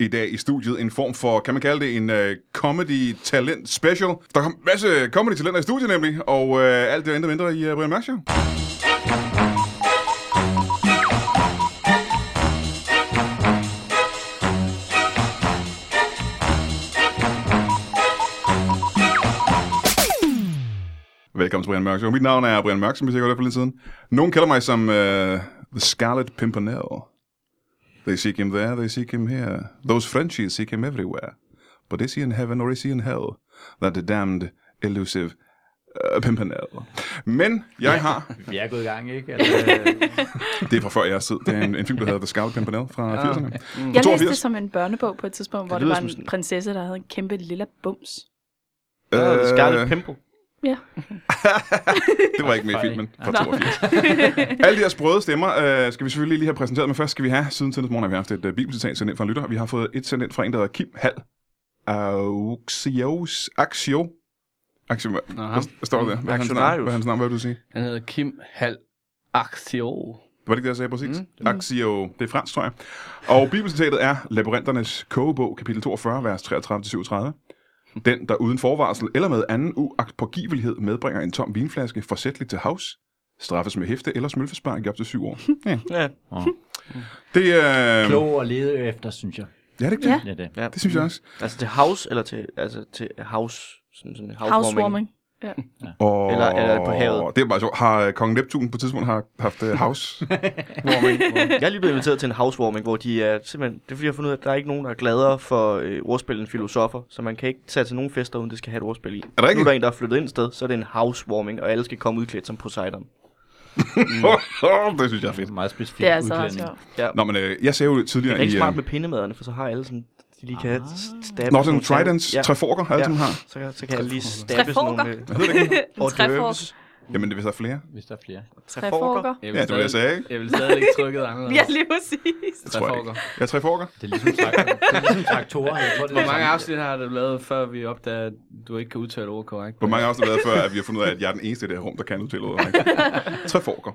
i dag i studiet en form for, kan man kalde det en øh, comedy talent special. Der kom en masse comedy talenter i studiet nemlig, og øh, alt det og intet mindre i øh, Brian Mørk Show. Velkommen til Brian Mørk Show. Mit navn er Brian Mørk, som vi sikkert hørte for lidt siden. Nogen kalder mig som øh, The Scarlet Pimpernel. They seek him there, they seek him here. Those Frenchies seek him everywhere. But is he in heaven or is he in hell? That the damned, elusive uh, Pimpernel. Men jeg har, Vi er gået i gang, ikke? Altså, det er fra før jeres tid, det er en, en film, der hedder The Scout Pimpernel fra 80'erne. Mm. Jeg læste 82. det som en børnebog på et tidspunkt, hvor det, lyder var en som sådan- prinsesse, der havde en kæmpe lille bums. Øh, Øh, Scarlet Pimple. Ja. det var ikke med i Funny. filmen fra 82. Alle de her sprøde stemmer øh, skal vi selvfølgelig lige have præsenteret, men først skal vi have, siden til morgen har vi haft et øh, bibelcitat sendt ind fra en lytter. Vi har fået et sendt ind fra en, der hedder Kim Hall. Auxios, Axio. Axio, Aha. hvad står der? Hvad er hans navn? Axionarius. Hvad er hans navn? Hvad vil du sige? Han hedder Kim Hal Axio. Det var det ikke det, jeg sagde præcis. Mm. Axio, det er fransk, tror jeg. Og bibelcitatet er Laboranternes kogebog, kapitel 42, vers 33-37. Den, der uden forvarsel eller med anden uagtpågivelighed medbringer en tom vinflaske forsætligt til havs, straffes med hæfte eller smølfespark i op til syv år. Ja. Ja. Det, øh... klog at lede efter, synes jeg. øh, Ja, det, er ikke det. Ja. Ja. Det er det. ja. det synes jeg også. Altså til house, eller til, altså til house, sådan, sådan housewarming. Housewarming. Og... Eller- eller på havet. Mm. Det er bare sjovt. Har øh, Kong Neptun på et tidspunkt har haft øh, house? Jeg er lige blevet inviteret til en housewarming, hvor de er simpelthen... Det er fordi, jeg har fundet ud af, at der er ikke nogen, der er gladere for øh, ordspil end filosofer. Så man kan ikke tage til nogen fester, uden det skal have et ordspil i. Er der ikke? Nu er der en, der er flyttet ind et sted, så er det en housewarming, og alle skal komme udklædt som Poseidon. det synes jeg er fedt. Meget specifikt Det er altså også udklædning. sjovt. Nå, men øh, jeg sagde jo Det tidligere er rigtig i... smart Øh, med pindemaderne, for så har alle sådan... De lige kan stabbe... Nå, sådan nogle tal. tridents, ja. Ja, treforker, alle ja. sammen har. så, kan, så kan jeg lige stabbe sådan Treforker. nogle... øh, En hors træfork. d'oeuvres. Jamen, hvis der er flere. Hvis der er flere. Treforker. Træforker. Jeg Ja, det var det, jeg stadig- sagde, ikke? Jeg vil stadig ikke trykke anderledes. Ja, lige præcis. Det tror jeg ikke. Jeg er treforker. Det er ligesom, traktorer. det er ligesom traktorer. Jeg tror, det er Hvor mange sådan- afsnit har du lavet, før vi opdager, at du ikke kan udtale ord korrekt? Hvor mange afsnit har været før, at vi har fundet ud af, at jeg er den eneste i det her rum, der kan udtale ordet rigtigt? Treforker.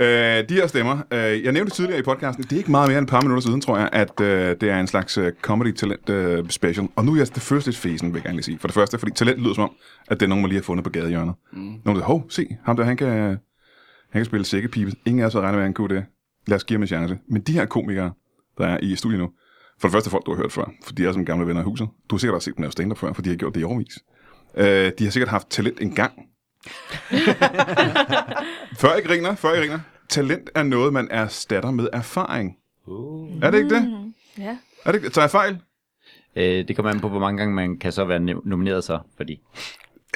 Øh, de her stemmer. Øh, jeg nævnte tidligere i podcasten, det er ikke meget mere end et par minutter siden, tror jeg, at øh, det er en slags øh, comedy talent øh, special. Og nu er jeg det første lidt fesen, vil jeg gerne lige sige. For det første, fordi talent lyder som om, at det er nogen, man lige har fundet på gadehjørnet. Mm. Nogen der, hov, se, ham der, han kan, han kan spille sækkepipe. Ingen af os havde regnet med, at han kunne det. Lad os give ham en chance. Men de her komikere, der er i studiet nu, for det første er folk, du har hørt før, for de er som gamle venner i huset. Du har sikkert også set dem lave stand før, for de har gjort det i årvis. Øh, de har sikkert haft talent en gang. før I griner, før I griner. Talent er noget, man erstatter med erfaring. Uh. Er det ikke det? Ja. Er det ikke Tager jeg fejl? Øh, det kommer an på, hvor mange gange man kan så være nem- nomineret så, fordi...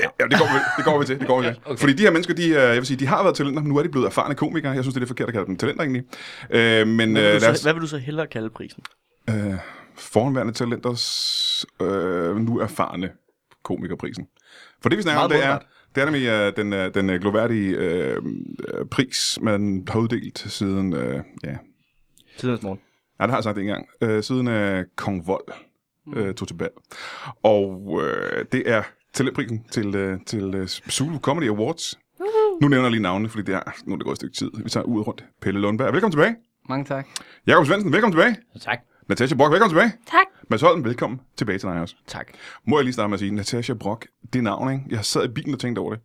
Ja, det går vi, det går vi til. Det går vi til. Okay. Fordi de her mennesker, de, øh, jeg vil sige, de har været talenter, men nu er de blevet erfarne komikere. Jeg synes, det er lidt forkert at kalde dem talenter egentlig. Øh, men øh, Hvad vil, lad du så, os, hvad vil du så hellere kalde prisen? øh, forhåndværende talenters øh, nu erfarne komikerprisen. For det vi snakker om, Meget det er, mundret. det er nemlig øh, den, øh, den øh, gloværdige øh, øh, pris, man har uddelt siden, øh, ja, Tidens morgen. Ja, det har jeg sagt en gang. Øh, siden øh, Kong Vold øh, tog tilbage. Og øh, det er talentprisen til, øh, til øh, Zulu Comedy Awards. Nu nævner jeg lige navnene, fordi det er, nu er det gået et stykke tid. Vi tager ud rundt. Pelle Lundberg, velkommen tilbage. Mange tak. Jakob Svendsen, velkommen tilbage. Tak. Natasha Brock, velkommen tilbage. Tak. Mads Holm, velkommen tilbage til dig også. Tak. Må jeg lige starte med at sige, Natasha Brock, det navn, ikke? Jeg sad i bilen og tænkte over det.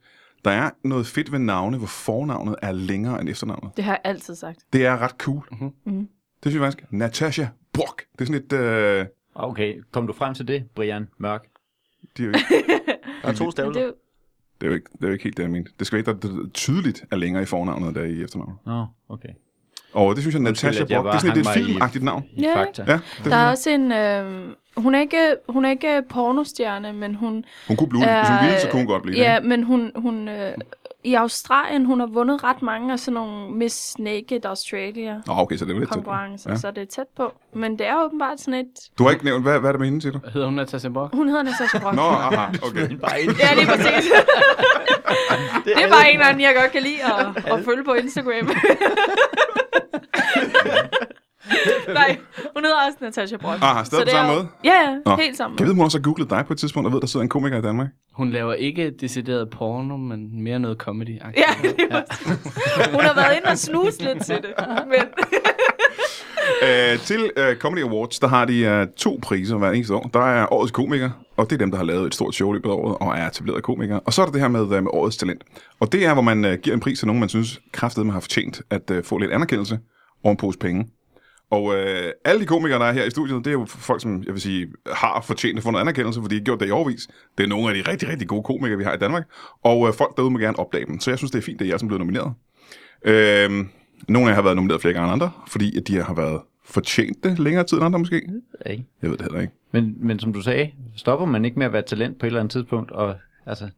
Der er noget fedt ved navne, hvor fornavnet er længere end efternavnet. Det har jeg altid sagt. Det er ret cool. Mm-hmm. Mhm. Det synes jeg faktisk. Natasha Brock. Det er sådan lidt... Øh, Okay, kom du frem til det, Brian Mørk? de er jo ikke Der Men er to det, er stavler. jo- Det er jo ikke, det er jo ikke helt det, jeg mente. Det skal være, der der tydeligt er længere i fornavnet, der er i efternavnet. Nå, okay. Og det synes jeg, Undskyld, Natasha at jeg Brock, det er bare sådan lidt et hang mig i- filmagtigt navn. I Ja, fakta. Ja, det, der er også en... Øh, hun, er ikke, hun er ikke pornostjerne, men hun... hun kunne blive, hvis hun ville, så kunne hun godt blive det. øh, Ja, ikke? men hun... hun øh, I Australien, hun har vundet ret mange af sådan nogle Miss Naked Australia Nå, okay, så det var lidt tæt på. konkurrencer, Ja. så det er tæt på. Men det er åbenbart sådan et... Du har ikke nævnt, hvad, hvad er det med hende, siger du? Hedder hun Natasha Brock? Hun hedder Natasha Brock. Nå, aha, okay. Ja, lige præcis. Det er bare en eller anden, jeg godt kan lide at, at følge på Instagram. Nej, hun hedder også Natasha Brock. Aha, Ah, stadig Så det på samme er jo- måde? Ja, Nå. ja, helt sammen. Kan jeg vide, om hun også har googlet dig på et tidspunkt, og ved, der sidder en komiker i Danmark? Hun laver ikke decideret porno, men mere noget comedy Ja, lige præcis. Hun har været inde og snuse lidt til det. Men Øh, til øh, Comedy Awards, der har de øh, to priser hver eneste år. Der er årets komiker, og det er dem, der har lavet et stort show i løbet af året og er etablerede komikere. Og så er der det her med, øh, med årets talent. Og det er, hvor man øh, giver en pris til nogen, man synes kraftedeme har fortjent at øh, få lidt anerkendelse og en pose penge. Og øh, alle de komikere, der er her i studiet, det er jo folk, som jeg vil sige, har fortjent at få noget anerkendelse, fordi de har gjort det i årvis. Det er nogle af de rigtig, rigtig gode komikere, vi har i Danmark. Og øh, folk derude må gerne opdage dem. Så jeg synes, det er fint, at jeg som blevet nomineret. Øhm, nogle af jer har været nomineret flere gange end andre, fordi at de har været fortjent det længere tid end andre måske. Ikke? Jeg ved det heller ikke. Men, men som du sagde, stopper man ikke med at være talent på et eller andet tidspunkt, og altså...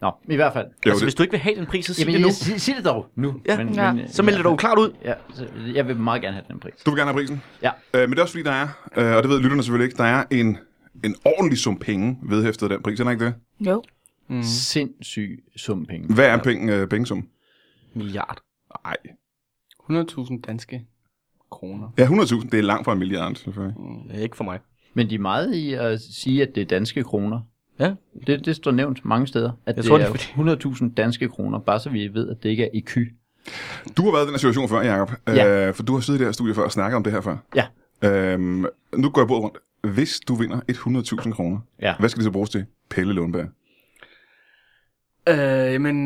Nå, i hvert fald. Jo, Altså, det, hvis du ikke vil have den pris, så sig Jamen, det nu. jeg- sig, sig det dog nu. Ja. Ja. Så melder du jo klart ud. Ja, så jeg vil meget gerne have den pris. du vil gerne have prisen? Ja. Øh, men det er også fordi, der er, øh, og det ved lytterne selvfølgelig ikke, der er en, en ordentlig sum penge vedhæftet af den pris, er der ikke det? Jo. Mm. Sindssyg sum penge. Hvad er penge, øh, pengesum? Milliard. Nej. 100.000 danske kroner. Ja, 100.000, det er langt fra en milliard, selvfølgelig. Ikke for mig. Men de er meget i at sige, at det er danske kroner. Ja. Det, det står nævnt mange steder, at Jeg jeg tror, det det er er 100.000 danske kroner, bare så vi ved, at det ikke er EQ. Du har været i den her situation før, Jacob, øh, Ja. for du har siddet i det her studie før og snakket om det her før. Ja. Øhm, nu går jeg bordet rundt. Hvis du vinder 100.000 kroner, Ja. hvad skal det så bruges til? Pelle Lundberg. Øh, jamen,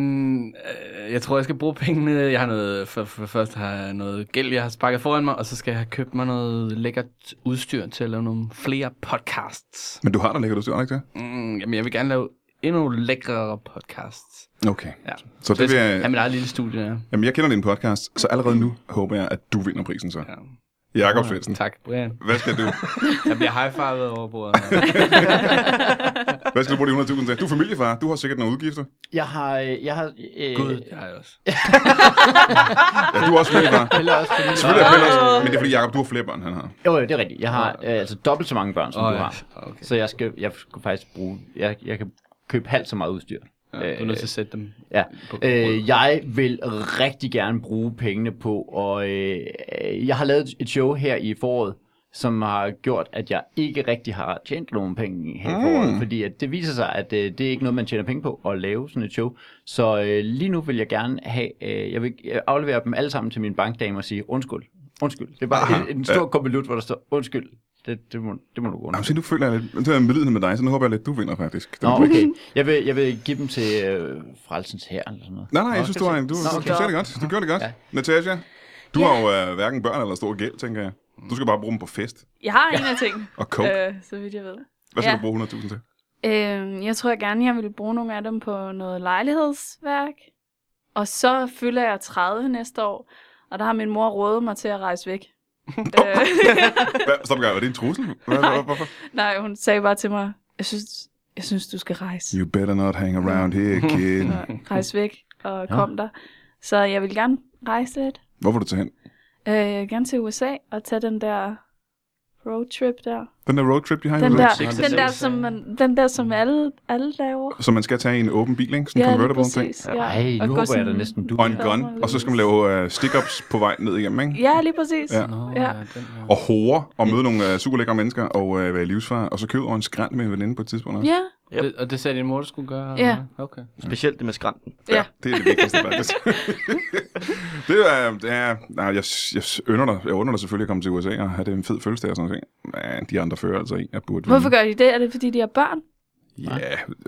øh, jeg tror, jeg skal bruge pengene. Jeg har noget, for, for først har jeg noget gæld, jeg har sparket foran mig, og så skal jeg have købt mig noget lækkert udstyr til at lave nogle flere podcasts. Men du har da lækkert udstyr, har du ikke det? Mm, jamen, jeg vil gerne lave endnu lækrere podcasts. Okay. Ja. Så Så jeg det vil skal jeg... have mit eget lille studie, ja. Jamen, jeg kender din podcast, så allerede nu håber jeg, at du vinder prisen så. ja. Jakob Svendsen, Tak, Brian. hvad skal du, Jeg bliver high-fivet over bordet. hvad skal du bruge de 100.000 til? Du er familiefar, du har sikkert nogle udgifter. Jeg har... øh, Jeg har øh, Gud, jeg har jeg også. Ja, du er også familiefar. Pelle er også familie. Selvfølgelig er Pelle også, men det er fordi, Jakob, du har flere børn, han har. Jo, jo, det er rigtigt. Jeg har øh, altså dobbelt så mange børn, som Åh, oh, du ja. har. Okay. Så jeg skal, jeg skal faktisk bruge... Jeg, jeg kan købe halvt så meget udstyr. Ja, du er nødt til at sætte dem. Ja, På bordet. øh, jeg vil rigtig gerne bruge pengene på, og øh, øh, jeg har lavet et show her i foråret, som har gjort, at jeg ikke rigtig har tjent nogen penge Mm. her i foråret, fordi at det viser sig, at øh, det er ikke noget, man tjener penge på at lave sådan et show. Så øh, lige nu vil jeg gerne have, øh, jeg vil øh, aflevere dem alle sammen til min bankdame og sige, undskyld, undskyld. Det er bare en, en stor kompelut, hvor der står, undskyld, det, det, må, det må du gå under. Jamen, se, nu føler jeg lidt, nu er jeg medlidende med dig, så nu håber jeg lidt, du vinder faktisk. Nå, okay. Jeg vil, jeg vil give dem til øh, Frelsens Herre eller sådan noget. Nej, nej, jeg synes, du, har en, du, du, Nå, du så- sagde det godt. Du gjorde det godt. Ja. Natasha, du har jo øh, hverken børn eller stor gæld, tænker jeg. Du skal bare bruge dem på fest Jeg har en af tingene, og coke. øh, så vidt jeg ved. Hvad skal ja. du bruge 100.000 til? Øhm, jeg tror jeg gerne, jeg ville bruge nogle af dem på noget lejlighedsværk. Og så fylder jeg 30 næste år, og der har min mor rådet mig til at rejse væk. øh, Hvad, stop, en gang, var det en trussel? Hvad, Nej. hvad, hvorfor? nej, hun sagde bare til mig, jeg synes, jeg synes du skal rejse. You better not hang around here, kid. Så rejse væk og kom der. Så jeg vil gerne rejse lidt. Hvor vil du tage hen? Øh, jeg vil gerne til USA og tage den der roadtrip der. Den der roadtrip, de har i Den USA? der, Six den der, Sense. som, man, den der, som alle, alle laver. Så man skal tage en åben bil, ikke? Sådan Mm. en lige convertible ting. præcis. Ja. Ej, nu Og gå håber jeg sådan- da næsten, du Og en vinder. gun. Og så skal man lave uh, stick-ups på vej ned igennem, ikke? Ja, lige præcis. Ja. Ja. Nå, Ja. ja, den her. Og hore, og møde nogle uh, super lækre mennesker, og uh, være i livsfar, og så købe over en skrant med en veninde på et tidspunkt også. ja. Yep. Det, og det sagde din mor, du skulle gøre? Ja. eller hvad? Okay. Specielt det med skranten. Ja. Det er det vigtigste, faktisk. det er, det er nej, jeg, jeg, ynder dig, jeg under dig selvfølgelig at komme til USA og have det en fed fødselsdag og sådan noget. Men de andre fører altså en, jeg burde vinde. Hvorfor gør de det? Er det, fordi de har børn? Ja,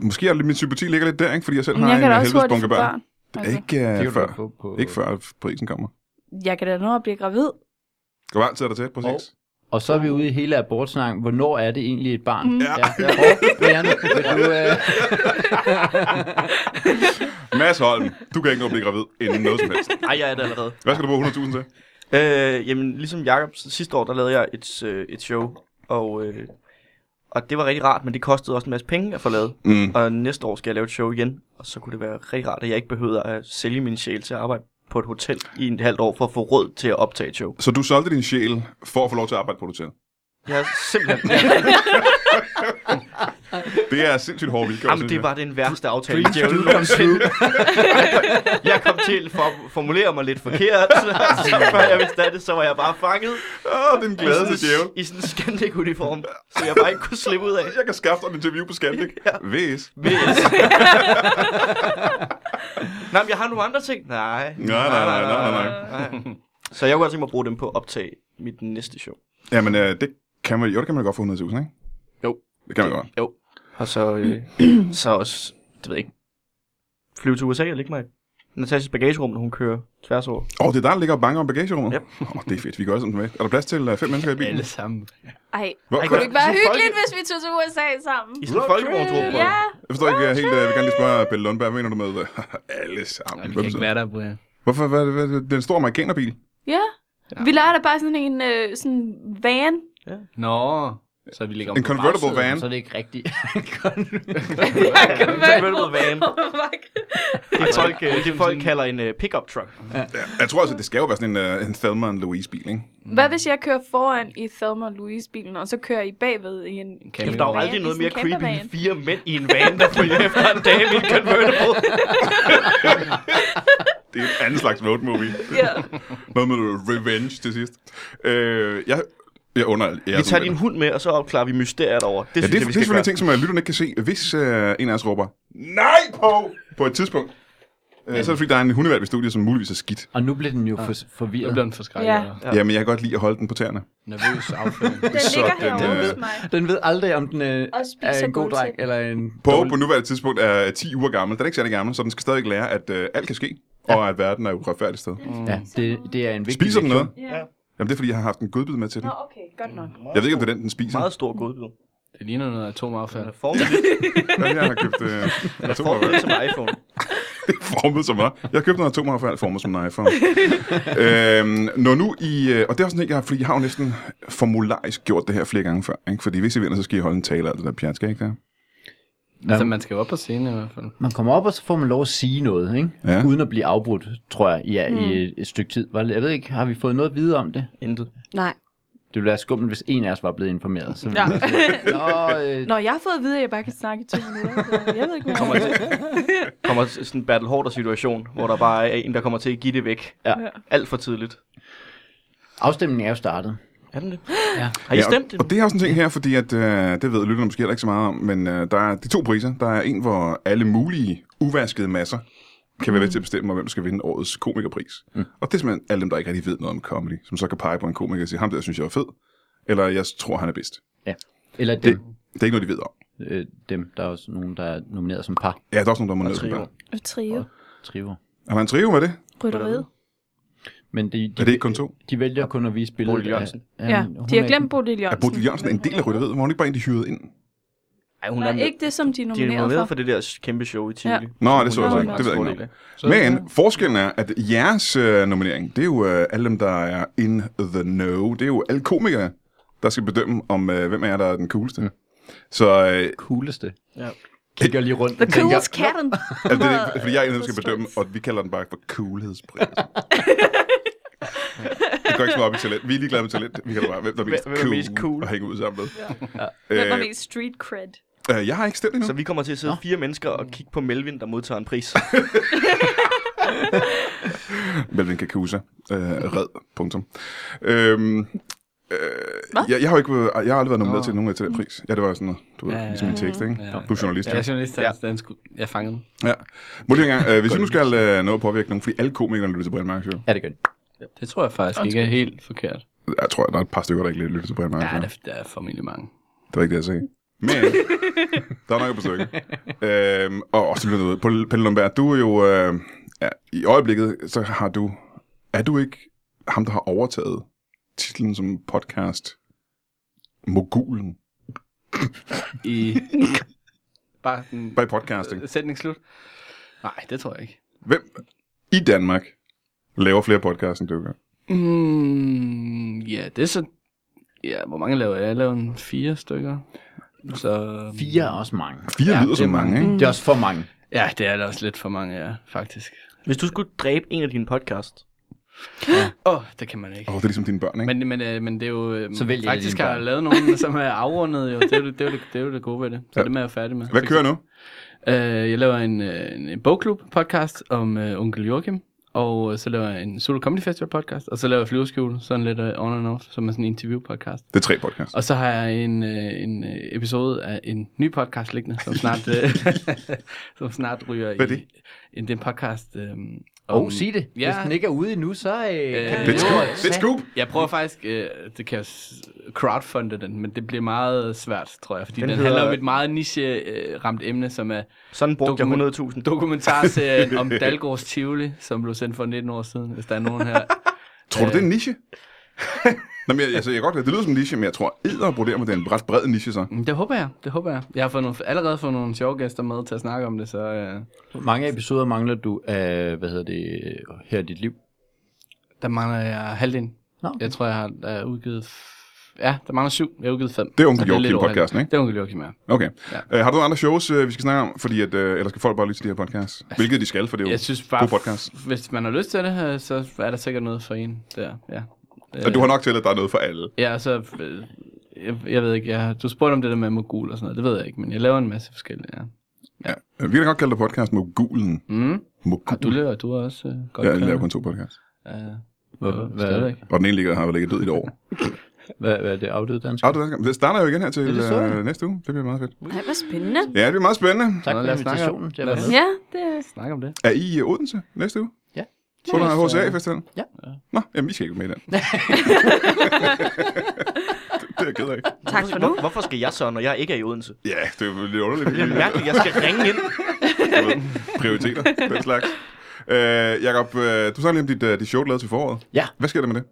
måske er det, min sympati ligger lidt der, ikke? Fordi jeg selv Men har jeg en øh, kan da helvedes også hurtigt bunke få børn. børn. børn. Altså, Ikke, Det kan uh, du før, godt få på- øh. ikke før prisen kommer. Jeg kan da nå at blive gravid. Skal bare altid dig til, præcis. Og- Og så er vi ude i hele abortsnakken. Hvornår er det egentlig et barn? Mm. Ja. ja. Hvor, Brian, vil du, øh, Mads Holm, du kan ikke nå at blive gravid inden noget som helst. Ej, jeg er det allerede. Hvad skal du bruge 100.000 til? Øh, jamen, ligesom Jacob, så sidste år, der lavede jeg et, øh, et show, og, øh, og det var rigtig rart, men det kostede også en masse penge at få lavet. Mm. Og næste år skal jeg lave et show igen, og så kunne det være rigtig rart, at jeg ikke behøvede at sælge min sjæl til at arbejde på et hotel i et halvt år for at få råd til at optage et show. Så du solgte din sjæl for at få lov til at arbejde på et hotel. Jeg er simpelthen... Det er sindssygt hårde vilkår, Jamen, synes det jeg. var den værste aftale. Dreams Djævlen do come nogensinde. jeg kom til at for- formulere mig lidt forkert, så før jeg vidste af det, så var jeg bare fanget Åh, den i glæde sådan, til djævel. i sådan en Scandic-uniform, så jeg bare ikke kunne slippe ud af. Jeg kan skaffe dig et interview på Scandic. Væs. Hvis. Nej, men jeg har nogle andre ting. Nej. Nej, nej, nej, nej, nej, nej. nej. Så jeg kunne godt tænke mig at bruge dem på at optage mit næste show. Jamen, øh, det kan man, jo, det kan man godt få 100.000, ikke? Jo. Det kan man godt. Jo. Og så, øh, så også, det ved jeg ikke, flyve til USA og lægge mig i Natashas bagagerum, når hun kører tværs over. Åh, oh, det er der, der ligger og banker om bagagerummet? Yep. Åh, oh, det er fedt. Vi går også sådan med. Er der plads til øh, fem mennesker i bilen? Alle sammen. Ej, Hvor, Ej, hvad? kunne det ikke være Sådan hyggeligt, folke- hvis vi tog til USA sammen? I sådan en folkevognsrum. Ja, Jeg forstår ikke øh, helt, øh, jeg vil gerne lige spørge Pelle Lundberg, hvad mener du med øh, alle sammen? Vi Hvad kan ikke betyder- være der, Brian. Hvorfor? Hvad, hvad, hvad, det er en stor amerikanerbil. ja. Ja. Vi leger da bare sådan en øh, sådan van. Nå, så vi ligger om En på convertible bagsædet. van. Så er altså. det ikke rigtigt. Jeg kan Convertible van. Det folk, øh, det folk kalder en øh, pickup truck. Ja, Jeg tror altså, det skal jo være sådan en, øh, en Thelma and Louise bil, ikke? Mm. Hvad hvis jeg kører foran i Thelma og Louise-bilen, og så kører I bagved i en... Kan Jamen, vi- der er jo van, aldrig noget sådan mere en creepy end campervan. fire mænd i en van, der følger efter en dame i en convertible. Det er en anden slags road movie. Ja. Noget med revenge til sidst. Øh, jeg, jeg under... Jeg Vi tager din hund med, og så opklarer vi mysteriet over. Det Ja, synes det, er- det jeg, vi er skal selvfølgelig en gøre. ting, som øh, lytterne ikke kan se. Hvis øh, en af os råber, nej på, på et tidspunkt, øh, så er det fordi, der er en hundevalg i studiet, som muligvis er skidt. Og nu blev den jo for, Nu forvirret. bliver den forskrækket. Ja. Ja. Ja. Jamen, jeg kan godt lide at holde den på tæerne. Nervøs afføring. Den ligger Sådan, herovre øh, hos mig. Den ved aldrig, om den øh, Og spiser er en god gulvtæppe. dreng eller en På, dårlig- på nuværende tidspunkt er 10 uger gammel. Den er ikke særlig gammel, så den skal stadig lære, at øh, alt kan ske, og at verden er uretfærdigt Mm. sted. Ja, det, det er en vigtig Spiser den noget? lektion. Ja. Jamen, det er, fordi jeg har haft en godbid med til den. Nå, okay, godt nok. Jeg ved ikke, om det er den, den spiser. Meget stor godbid. Det ligner noget atomaffald. Den her har købt øh, atomaffald. Forberedt som iPhone. formet som mig. Jeg købte noget atomaffald formet som en iPhone. øhm, når nu I, øh, og det er også sådan, ikke, jeg har, fordi jeg har jo næsten formularisk gjort det her flere gange før. Ikke? Fordi hvis I vinder, så skal I holde en tale og alt det der pjat, skal I ikke det? Altså, Nå, man skal jo op på scenen i hvert fald. man kommer op, og så får man lov at sige noget, ikke? Ja. uden at blive afbrudt, tror jeg, ja, mm. i et, et stykke tid. Var det- Jeg ved ikke, har vi fået noget at vide om det? Intet. Nej. Det ville være skummelt, hvis en af os var blevet informeret. Så Ja. ville vi- Nå, øh, Nå, jeg har fået at vide, at jeg bare kan snakke i to minutter. så Jeg ved ikke, Kommer hvad jeg til, kommer til sådan en Battle Hoarder situation, hvor der bare er en, der kommer til at give det væk. Ja. Alt for tidligt. afstemningen er jo startet. Er den det? Ja. Har I stemt og, det? og det er også en ting her, fordi at, øh, det ved lytterne måske heller ikke så meget om, men øh, der er de to priser. Der er en, hvor alle mulige uvaskede masser kan Mm. være med til at bestemme, hvem der skal vinde årets komikerpris. Mm. Og det er simpelthen alle dem, der ikke rigtig ved noget om comedy, som så kan pege på en komiker og sige, ham der synes jeg var fed, eller jeg tror, han er bedst. Ja. Eller dem, Det, det er ikke noget, de ved om. det... øh, dem. Der er også nogen, der er nomineret som par. Ja, der er også nogen, der er med. trio. gør. Trio. Triver. Er der en trio med det? Rytteriet. Men de, de, Er det ikke kun to? de vælger kun at vise billedet. Bodil Jørgensen. af- af- Ja, hun de har er- glemt Bodil Er Jørgensen. Bodil Jørgensen en del af rytteriet? Var hun ikke bare en, de hyrede ind? Ej, hun Nej, ikke det, som de er De er nomineret involveret for. for det der kæmpe show i Ja. Tivoli. Nå, det så jeg så Nå, ikke. Det ved jeg ikke. noget Så, om. Men forskellen er, at jeres øh, nominering, det er jo øh, alle dem, der er in the know. Det er jo alle komikere, der skal bedømme, om øh, hvem af jer, der er den cooleste. Så øh, cooleste. Ja. Kigger lige rundt. The og tænker, coolest cat in er det, det, fordi jeg er en, af dem, der skal bedømme, og vi kalder den bare for coolhedsprisen. Det går ikke så meget op i talent. Vi er ligeglade med talent. Vi kalder bare, hvem der er mest, Hvem er mest cool? at hænge ud sammen med. Hvem er Øh, mest street cred? øh, jeg har ikke stemt endnu. Så vi kommer til at sidde fire mennesker og kigge på Melvin, der modtager en pris. Melvin Kakusa. Øh, red. Punktum. Øhm, øh, jeg, jeg, har jo ikke, været- jeg har aldrig været nomineret Nå. til nogen af til den pris. Ja, det var sådan noget, du ved, Ja, ja, ligesom en ja. tekst, ikke? Ja. Du er journalist, Jeg ja. er journalist, Ja. der den skulle... Jeg fangede den. ja. Må lige en gang, øh, hvis I nu skal øh, nå at påvirke nogen, fordi alle komikerne lytter til Brian Mærk Show. Ja, det gør det. Det tror jeg faktisk ikke er helt forkert. Jeg tror, der er et par stykker, der ikke lytter til Brian Mærk Ja, Show. der, der er formentlig mange. Det var ikke det, jeg sagde. Men der er nok et par stykker. Øhm, og også lytter noget. Pelle Pelle Lundberg, du er jo... Øh, ja, I øjeblikket, så har du... Er du ikke ham, der har overtaget titlen som podcast? Mogulen. I... Bare den... Bare i podcasting. Sætning slut. Nej, det tror jeg ikke. Hvem i Danmark laver flere podcasts, end du gør? Mm, ja, det er så... Ja, hvor mange laver jeg? Jeg laver en fire stykker. Så... Fire er også mange. Fire ja, lyder det er som mange, ikke? Det er også for mange. Ja, det er da også lidt for mange, ja, faktisk. Hvis du skulle dræbe en af dine podcast, Åh, oh, det kan man ikke. Åh, oh, det er ligesom dine børn, ikke? Men, Men, men, øh, men det er jo... øh, Så vælg en af faktisk dine har jeg børn. lavet nogen, som er afrundet jo. Det er jo det, det, er jo det, det, er jo det gode ved det. Så Ja. ja. det er jeg færdig med. Hvad kører nu? Øh, jeg laver en, øh, en, en bogklub-podcast om øh, onkel Joachim. Og øh, så laver jeg en Solo Comedy Festival-podcast. Og så laver jeg Flyveskjul, sådan lidt øh, on and off, som er sådan en interview-podcast. Det er tre podcasts. Og så har jeg en, øh, en øh, episode af en ny podcast liggende, som snart, øh, som snart ryger Hvad er det? i... En, det er en podcast øh, Åh, oh, sig det. Ja. Hvis den ikke er ude endnu, så... Øh, kan vi Lidt Lidt nå scoop, at lidt tage- scoop. Jeg prøver faktisk, øh, det kan jeg s- crowdfunde den, men det bliver meget svært, tror jeg, fordi Den den, den hedder- handler om et meget niche-ramt emne, som er Sådan brugte Dokument- jeg 100.000. dokumentarserien om Dalgårds Tivoli, som blev sendt for 19 år siden, hvis der er nogen her. Tror du, det er en niche? Nå, men jeg, altså, jeg kan godt, det lyder som en niche, men jeg tror, æder på det, om det er en ret bred niche, så. Mm, Det håber jeg, det håber jeg. Jeg har fået nogle, allerede fået nogle sjove gæster med til at snakke om det, så... Øh, Hvor mange episoder mangler du af, hvad hedder det, øh, her i dit liv? der mangler jeg halvdelen. Nå, okay. Jeg tror, jeg har øh, udgivet... f- Ja, der mangler syv. Jeg har udgivet fem. Det er Onkel Så Joachim lidt over podcasten, halvdelen. ikke? Det er Onkel Joachim, ja. Okay. Ja. Ja. Øh, har du nogle andre shows, øh, vi skal snakke om? Fordi at, øh, eller skal folk bare lytte til de her podcasts? Hvilket de skal, for det er jo Jeg synes bare, god podcast. hvis man har lyst til det, øh, så er der sikkert noget for en der. Ja, Og Altså, du har nok til, at der er noget for alle. ja og så... Øh, jeg, jeg ved ikke, jeg, har- du spurgte om det der med mogul og sådan noget. Det ved jeg ikke, men jeg laver en masse forskellige, ja. Ja. Øh, Vi kan godt kalde det podcast Mogulen. Mm. Mogul. Har du laver du har også øh, godt Ah, Ja, jeg kørende. laver kun to podcasts. Ja, Hvad, hvad, er det? stadigvæk. Og den ene ligger, har vel ligget død i et år. Hvad, hvad er det afdøde dansk? Og det- det starter jo igen her til Ja, det så jeg. øh, næste uge. Det bliver meget fedt. Ej, hvor spændende. Ja, det bliver meget spændende. Tak Nå, for lad os snakke om- invitationen til at lad være os- med. Ja, det, Snak om det. Er I i Odense næste uge? Ja. Så er der Ja. HCA-festivalen? Ja. Nå, jamen, vi skal ikke med i den. det er jeg ked af. tak for nu. Hvor, hvorfor skal jeg så, når jeg ikke er i Odense? Ja, det er jo lidt underligt. Det er mærkeligt, jeg skal ringe ind. Du ved, prioriteter, den slags. Øh, Jakob, øh, du snakker lige om dit, øh, dit show, du lavede til foråret. Ja. Hvad sker der med det?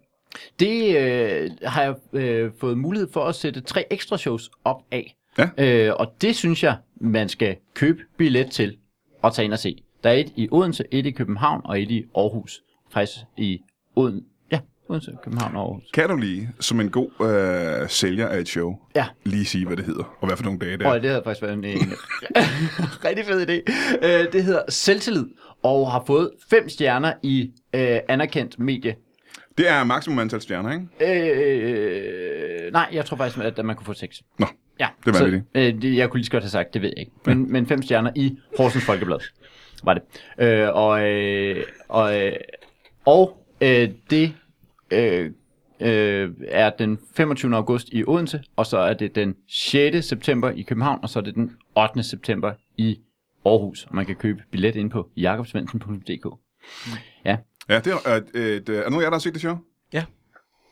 Det øh, har jeg øh, fået mulighed for at sætte tre ekstra shows op af. Ja. Øh, og det synes jeg, man skal købe billet til og tage ind og se. Der er et i Odense, et i København og et i Aarhus. Faktisk i Odense. Ja, Odense, København og Aarhus. Kan du lige, som en god øh, sælger af et show, Ja. lige sige, hvad det hedder, og hvad for nogle dage det Ja. er? Og det havde faktisk været en, en rigtig fed idé. Øh, det hedder Selvtillid, og har fået fem stjerner i øh, anerkendt medie. Det er maksimum antal stjerner, ikke? Øh, nej, jeg tror faktisk, at man kunne få seks. Nå, Ja, Det var så, vanvittigt. øh, det, jeg kunne lige så godt have sagt, det ved jeg ikke. Men, men fem stjerner i Horsens Folkeblad var det. Øh, og øh, og, øh, og øh, det øh, øh, er den 25. august i Odense, og så er det den 6. september i København, og så er det den 8. september i Aarhus. Og man kan købe billet ind på jakobsvensen.dk. Ja, det er, øh, et, øh, er nogen af jer, der har set det show?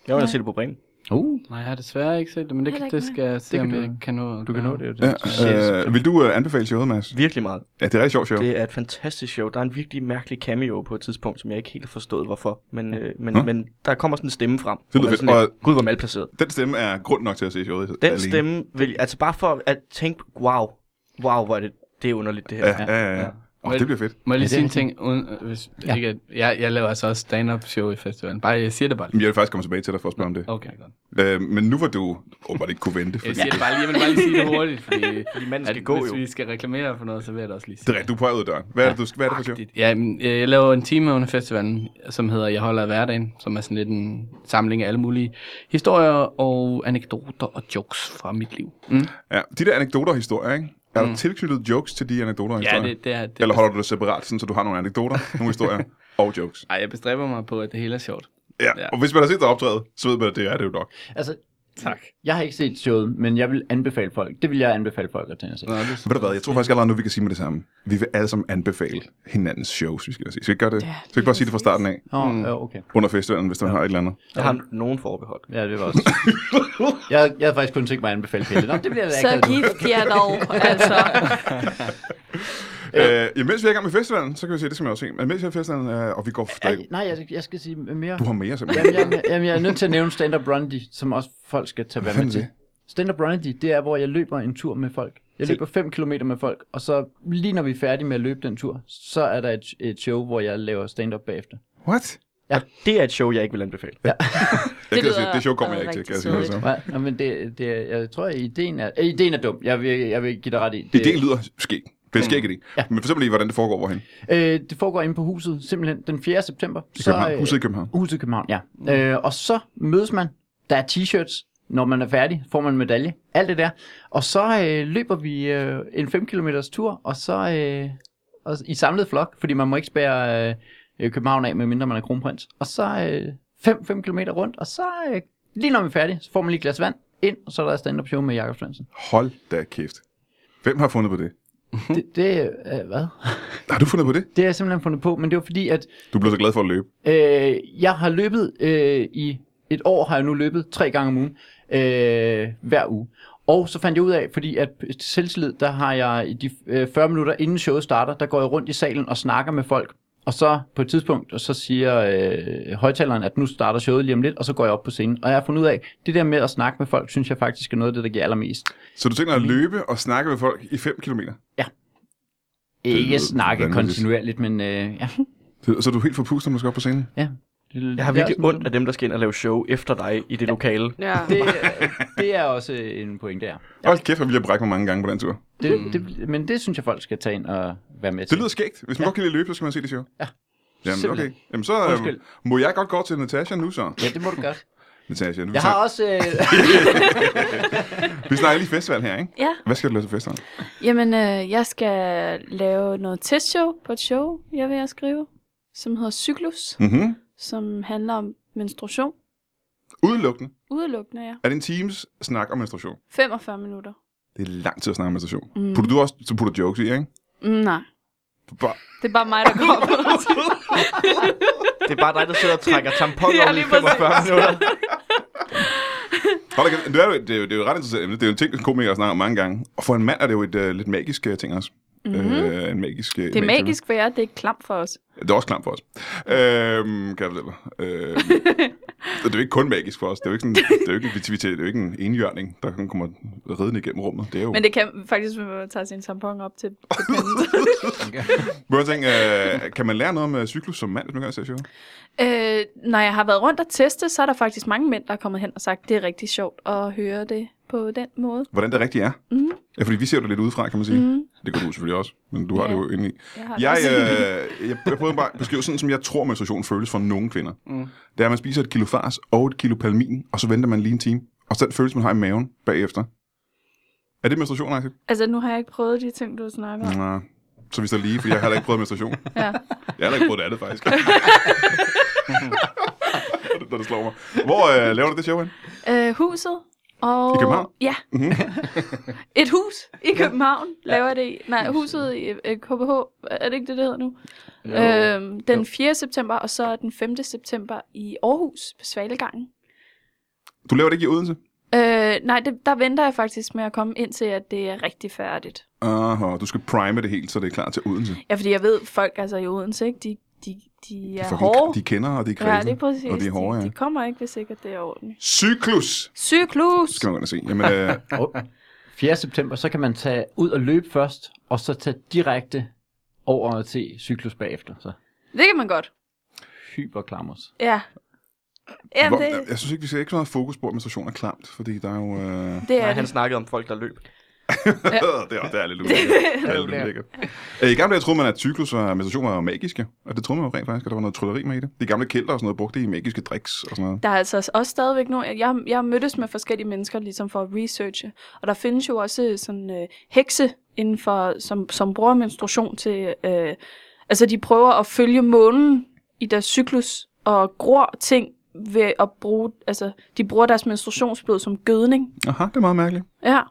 Jeg var inde og se det på Bremen. Uh, Nej, jeg har desværre ikke set det, men det, Heller kan, ikke det skal jeg se, Det kan om du- jeg kan nå. at du kan gøre. nå det. Ja, det. øh, vil du øh, anbefale showet, Mads? Virkelig meget. Ja, det er et rigtig sjovt show. Det er et fantastisk show. Der er en virkelig mærkelig cameo på et tidspunkt, som jeg ikke helt har forstået, hvorfor. Men, øh, men, Nå. men der kommer sådan en stemme frem. lyder hvor man fedt. sådan lidt, Og- Gud, hvor malplaceret. Den stemme er grund nok til at se showet. Den alene. stemme vil... Altså bare for at tænke, wow, wow, hvor er det, det er underligt det her. Ja, ja, ja. ja. Oh, det bliver fedt. Må jeg lige Ja, det er sige en ting? Uden, øh, hvis, ja. ikke, at- jeg, jeg laver altså også stand-up show i festivalen. Bare, jeg siger det bare lige. Jamen, Jeg vil faktisk komme tilbage til dig for at spørge om det. Okay, godt. Øh, men nu var du åbenbart ikke kunne vente. Jeg Fordi, siger det bare lige. Jeg vil bare lige sige det hurtigt, fordi, Fordi at, manden skal gå hvis jo. vi skal reklamere for noget, så vil jeg da også lige det sige er rigtigt, du er på vej ud af døren. Hvad er det, du, hvad er det for et show? Agtigt. Ja, men, øh, jeg laver en time under festivalen, som hedder Jeg holder af hverdagen, som er sådan lidt en samling af alle mulige historier og anekdoter og jokes fra mit liv. Mm. Ja, de der anekdoter og historier, ikke? Er der tilknyttet jokes til de anekdoter og Ja, historier? det, det er... Det, Eller holder du det separat, sådan, så du har nogle anekdoter, nogle historier og jokes? Ej, jeg bestræber mig på, at det hele er sjovt. Ja. Ja. og hvis man har set dig optræde, så ved man, at det er det jo nok. Altså, Tak. jeg har ikke set showet, men jeg vil anbefale folk. Det vil jeg anbefale folk at tage ind og se. Nå, det, Ved du hvad, jeg tror faktisk allerede nu, vi kan sige med det samme. Vi vil alle sammen anbefale hinandens shows, vi skal da sige. Skal vi ikke gøre det? Skal vi ikke bare sige det fra starten af, Nå, mm. okay. under festivalen, hvis man har et eller andet? Jeg har nogen forbehold. Ja, det var også. jeg, jeg havde faktisk kun tænkt mig at anbefale Pelle. Nå, det bliver da Så ikke. gift jer dog, altså. Øh, ja, mens vi er i gang med festivalen, så kan vi se, det skal man også se. Men mens vi er i festivalen, øh, og vi går stadig... Ej, Nej, jeg, jeg skal sige mere. Du har mere Jamen, simpelthen. jeg, jamen, jeg er nødt til at nævne Stand Up Rundy, som også folk skal tage Hvad med fanden til. er Stand Up Rundy, det er, hvor jeg løber en tur med folk. Jeg løber 5 km med folk, og så lige når vi er færdige med at løbe den tur, så er der et, et show, hvor jeg laver stand-up bagefter. What? Det er et show, jeg ikke vil anbefale. Jeg kan lyder sige, det show kommer jeg ikke rigtig til, kan jeg sige det så. Nej, nej, men det, det, er- jeg tror, at ideen er, øh, ideen er dum. Jeg vil, jeg vil give dig ret i. Det, Ideen lyder skæg. Det er skæg idé. Ja. Men for eksempel lige, hvordan det foregår, hvorhen? Øh, det foregår inde på huset, simpelthen den 4. september. I København. Huset i København. Huset i København, ja. Øh, og så mødes man. Der er t-shirts. Når man er færdig, får man en medalje. Alt det der. Og så øh, løber vi øh, en 5 km tur, og så øh, og, i samlet flok, fordi man må ikke spære øh, øh, København af, medmindre man er kronprins. Og så 5 øh, km rundt, og så øh, lige når vi er færdige, så får man lige et glas vand ind, og så er der stand-up show med Jakob Svendsen. Hold da kæft. Hvem har fundet på det? Det, det øh, hvad? Har du fundet på det? Det har jeg simpelthen fundet på, men det var fordi, at Du blev så glad for at løbe. øh, jeg har løbet øh, i et år, har jeg nu løbet tre gange om ugen, øh, hver uge. Og så fandt jeg ud af, fordi at til selvtillid, der har jeg i de øh, 40 minutter inden showet starter, der går jeg rundt i salen og snakker med folk. Og så på et tidspunkt, og så siger øh, højtaleren, at nu starter showet lige om lidt, og så går jeg op på scenen. Og jeg har fundet ud af, det der med at snakke med folk, synes jeg faktisk er noget af det, der giver allermest. Så du tænker Mm. at løbe og snakke med folk i 5 km. lyder Ikke snakke vanvittigt. kontinuerligt, men øh, ja. Så er du helt forpustet, når du skal op på scenen. ja. Jeg har Det er virkelig også- ondt af dem, der skal ind og lave show efter dig i det lokale. Ja. Det, det er også en pointe der. Hold kæft, hvor ville jeg brække mig mange gange på den tur. Det, det, men det synes jeg, folk skal tage ind og være med Mm. Det til. lyder skægt. Hvis man ja. godt kan lide at løbe, så skal man se det show. Ja. Jamen, okay. Simpelthen. Jamen, så øhm, Undskyld. må jeg godt gå til Natasha nu så. Ja, det må du godt. Natasha, nu Jeg snakker, har også... Øh, vi snakker lige festival her, ikke? ja. Hvad skal du lave til festivalen? Jamen, øh, jeg skal lave noget testshow på et show, jeg vil skrive, som hedder Cyklus, Mm-hmm. som handler om menstruation. Udelukkende. Udelukkende, ja. Er det en teams snak om menstruation? 45 minutter. Det er lang tid at snakke om menstruation. Mm. Mm. Putter du også så putter jokes i, ikke? Mm, nej, Bare, det er bare mig, der går på Det er bare dig, der sidder og trækker tamponer Ja, om i lige præcis. 45 minutter. hold da kæft, det, er jo, det, er jo, det er jo et ret interessant emne. Det er jo en ting, som komikere snakker om mange gange. Og for en mand er det jo et uh, lidt magisk øh, ting også. Mm-hmm. Øh, en magisk, øh, Mhm. Det er medium. magisk for jer, det er klamt for os. Det er også klamt for os. Øhm, kan jeg fortælle dig. Øhm, så det er jo ikke kun magisk for os. Det er jo ikke, sådan, det er jo ikke en aktivitet, det er jo ikke en enhjørning, der sådan kommer ridende igennem rummet. Det er jo... Men det kan faktisk, hvis man tager sin tampon op til. Må jeg tænke, øh, kan man lære noget om øh, cyklus som mand, hvis man gør det sjovt? øh, når jeg har været rundt og teste, så er der faktisk mange mænd, der er kommet hen og sagt, det er rigtig sjovt at høre det på den måde. Hvordan det rigtigt er? Mhm. Ja, fordi vi ser det lidt udefra, kan man sige. Mhm. Det gør du selvfølgelig også, men du har det jo inde i. Jeg har Jeg, også- øh, jeg, jeg prøver bare at beskrive sådan, som jeg tror, menstruation føles for nogle kvinder. Mm. Det er, at man spiser et kilo fars og et kilo palmin, og så venter man lige en time. Og så den følelse, man har i maven bagefter. Er det menstruation, Axel? Altså, nu har jeg ikke prøvet de ting, du snakker om. Nå, så vi så lige, fordi jeg har heller ikke prøvet menstruation. Jeg Ja. har heller ikke prøvet det andet, faktisk. det, det slår mig. Hvor øh, laver du det show hen? Øh, huset og... I København? Ja. Mhm. Et hus i København laver jeg det i. Nej, huset i øh, KBH. Er det ikke det, det hedder nu? Øhm, Jo. den 4. september, og så den 5. september i Aarhus på Svalegangen. Du laver det ikke i Odense? Øh, nej, det, der venter jeg faktisk med at komme ind til, at det er rigtig færdigt. Aha, du skal prime det helt, så det er klar til Odense. Ja, fordi jeg ved, folk altså i Odense, ikke? De, de, de er Fucking- hårde. De kender, og de er ja, kredsen. det er præcis. Og de er hårde, de, ja. de kommer ikke, hvis ikke at det er ordentligt. Cyklus! Cyklus! Skal man gå ind og se. Jamen, øh, og 4. september, så kan man tage ud og løbe først, og så tage direkte over til cyklus bagefter. Så Det kan man godt. hyperklammers. Ja. Ja, hvor, det, jeg synes ikke, vi skal ikke så meget fokus på, at menstruation er klamt, fordi der er jo... Øh, det Nej, er han det. snakkede om folk, der løb. det, er, det er lidt ulækkert. Det er lidt ulækkert. Øh, I gamle dage troede man, at cyklus og menstruation var magiske, og det troede man jo rent faktisk, at der var noget trylleri med i det. De gamle kælder og sådan noget brugte de i magiske driks og sådan noget. Der er altså også stadigvæk nogle... Jeg, jeg mødtes med forskellige mennesker ligesom for at researche, og der findes jo også sådan øh, hekse inden for, som, som bruger menstruation til... Øh, altså, de prøver at følge månen i deres cyklus og gror ting ved at bruge... Altså, de bruger deres menstruationsblod som gødning. Aha, det er meget mærkeligt. Ja,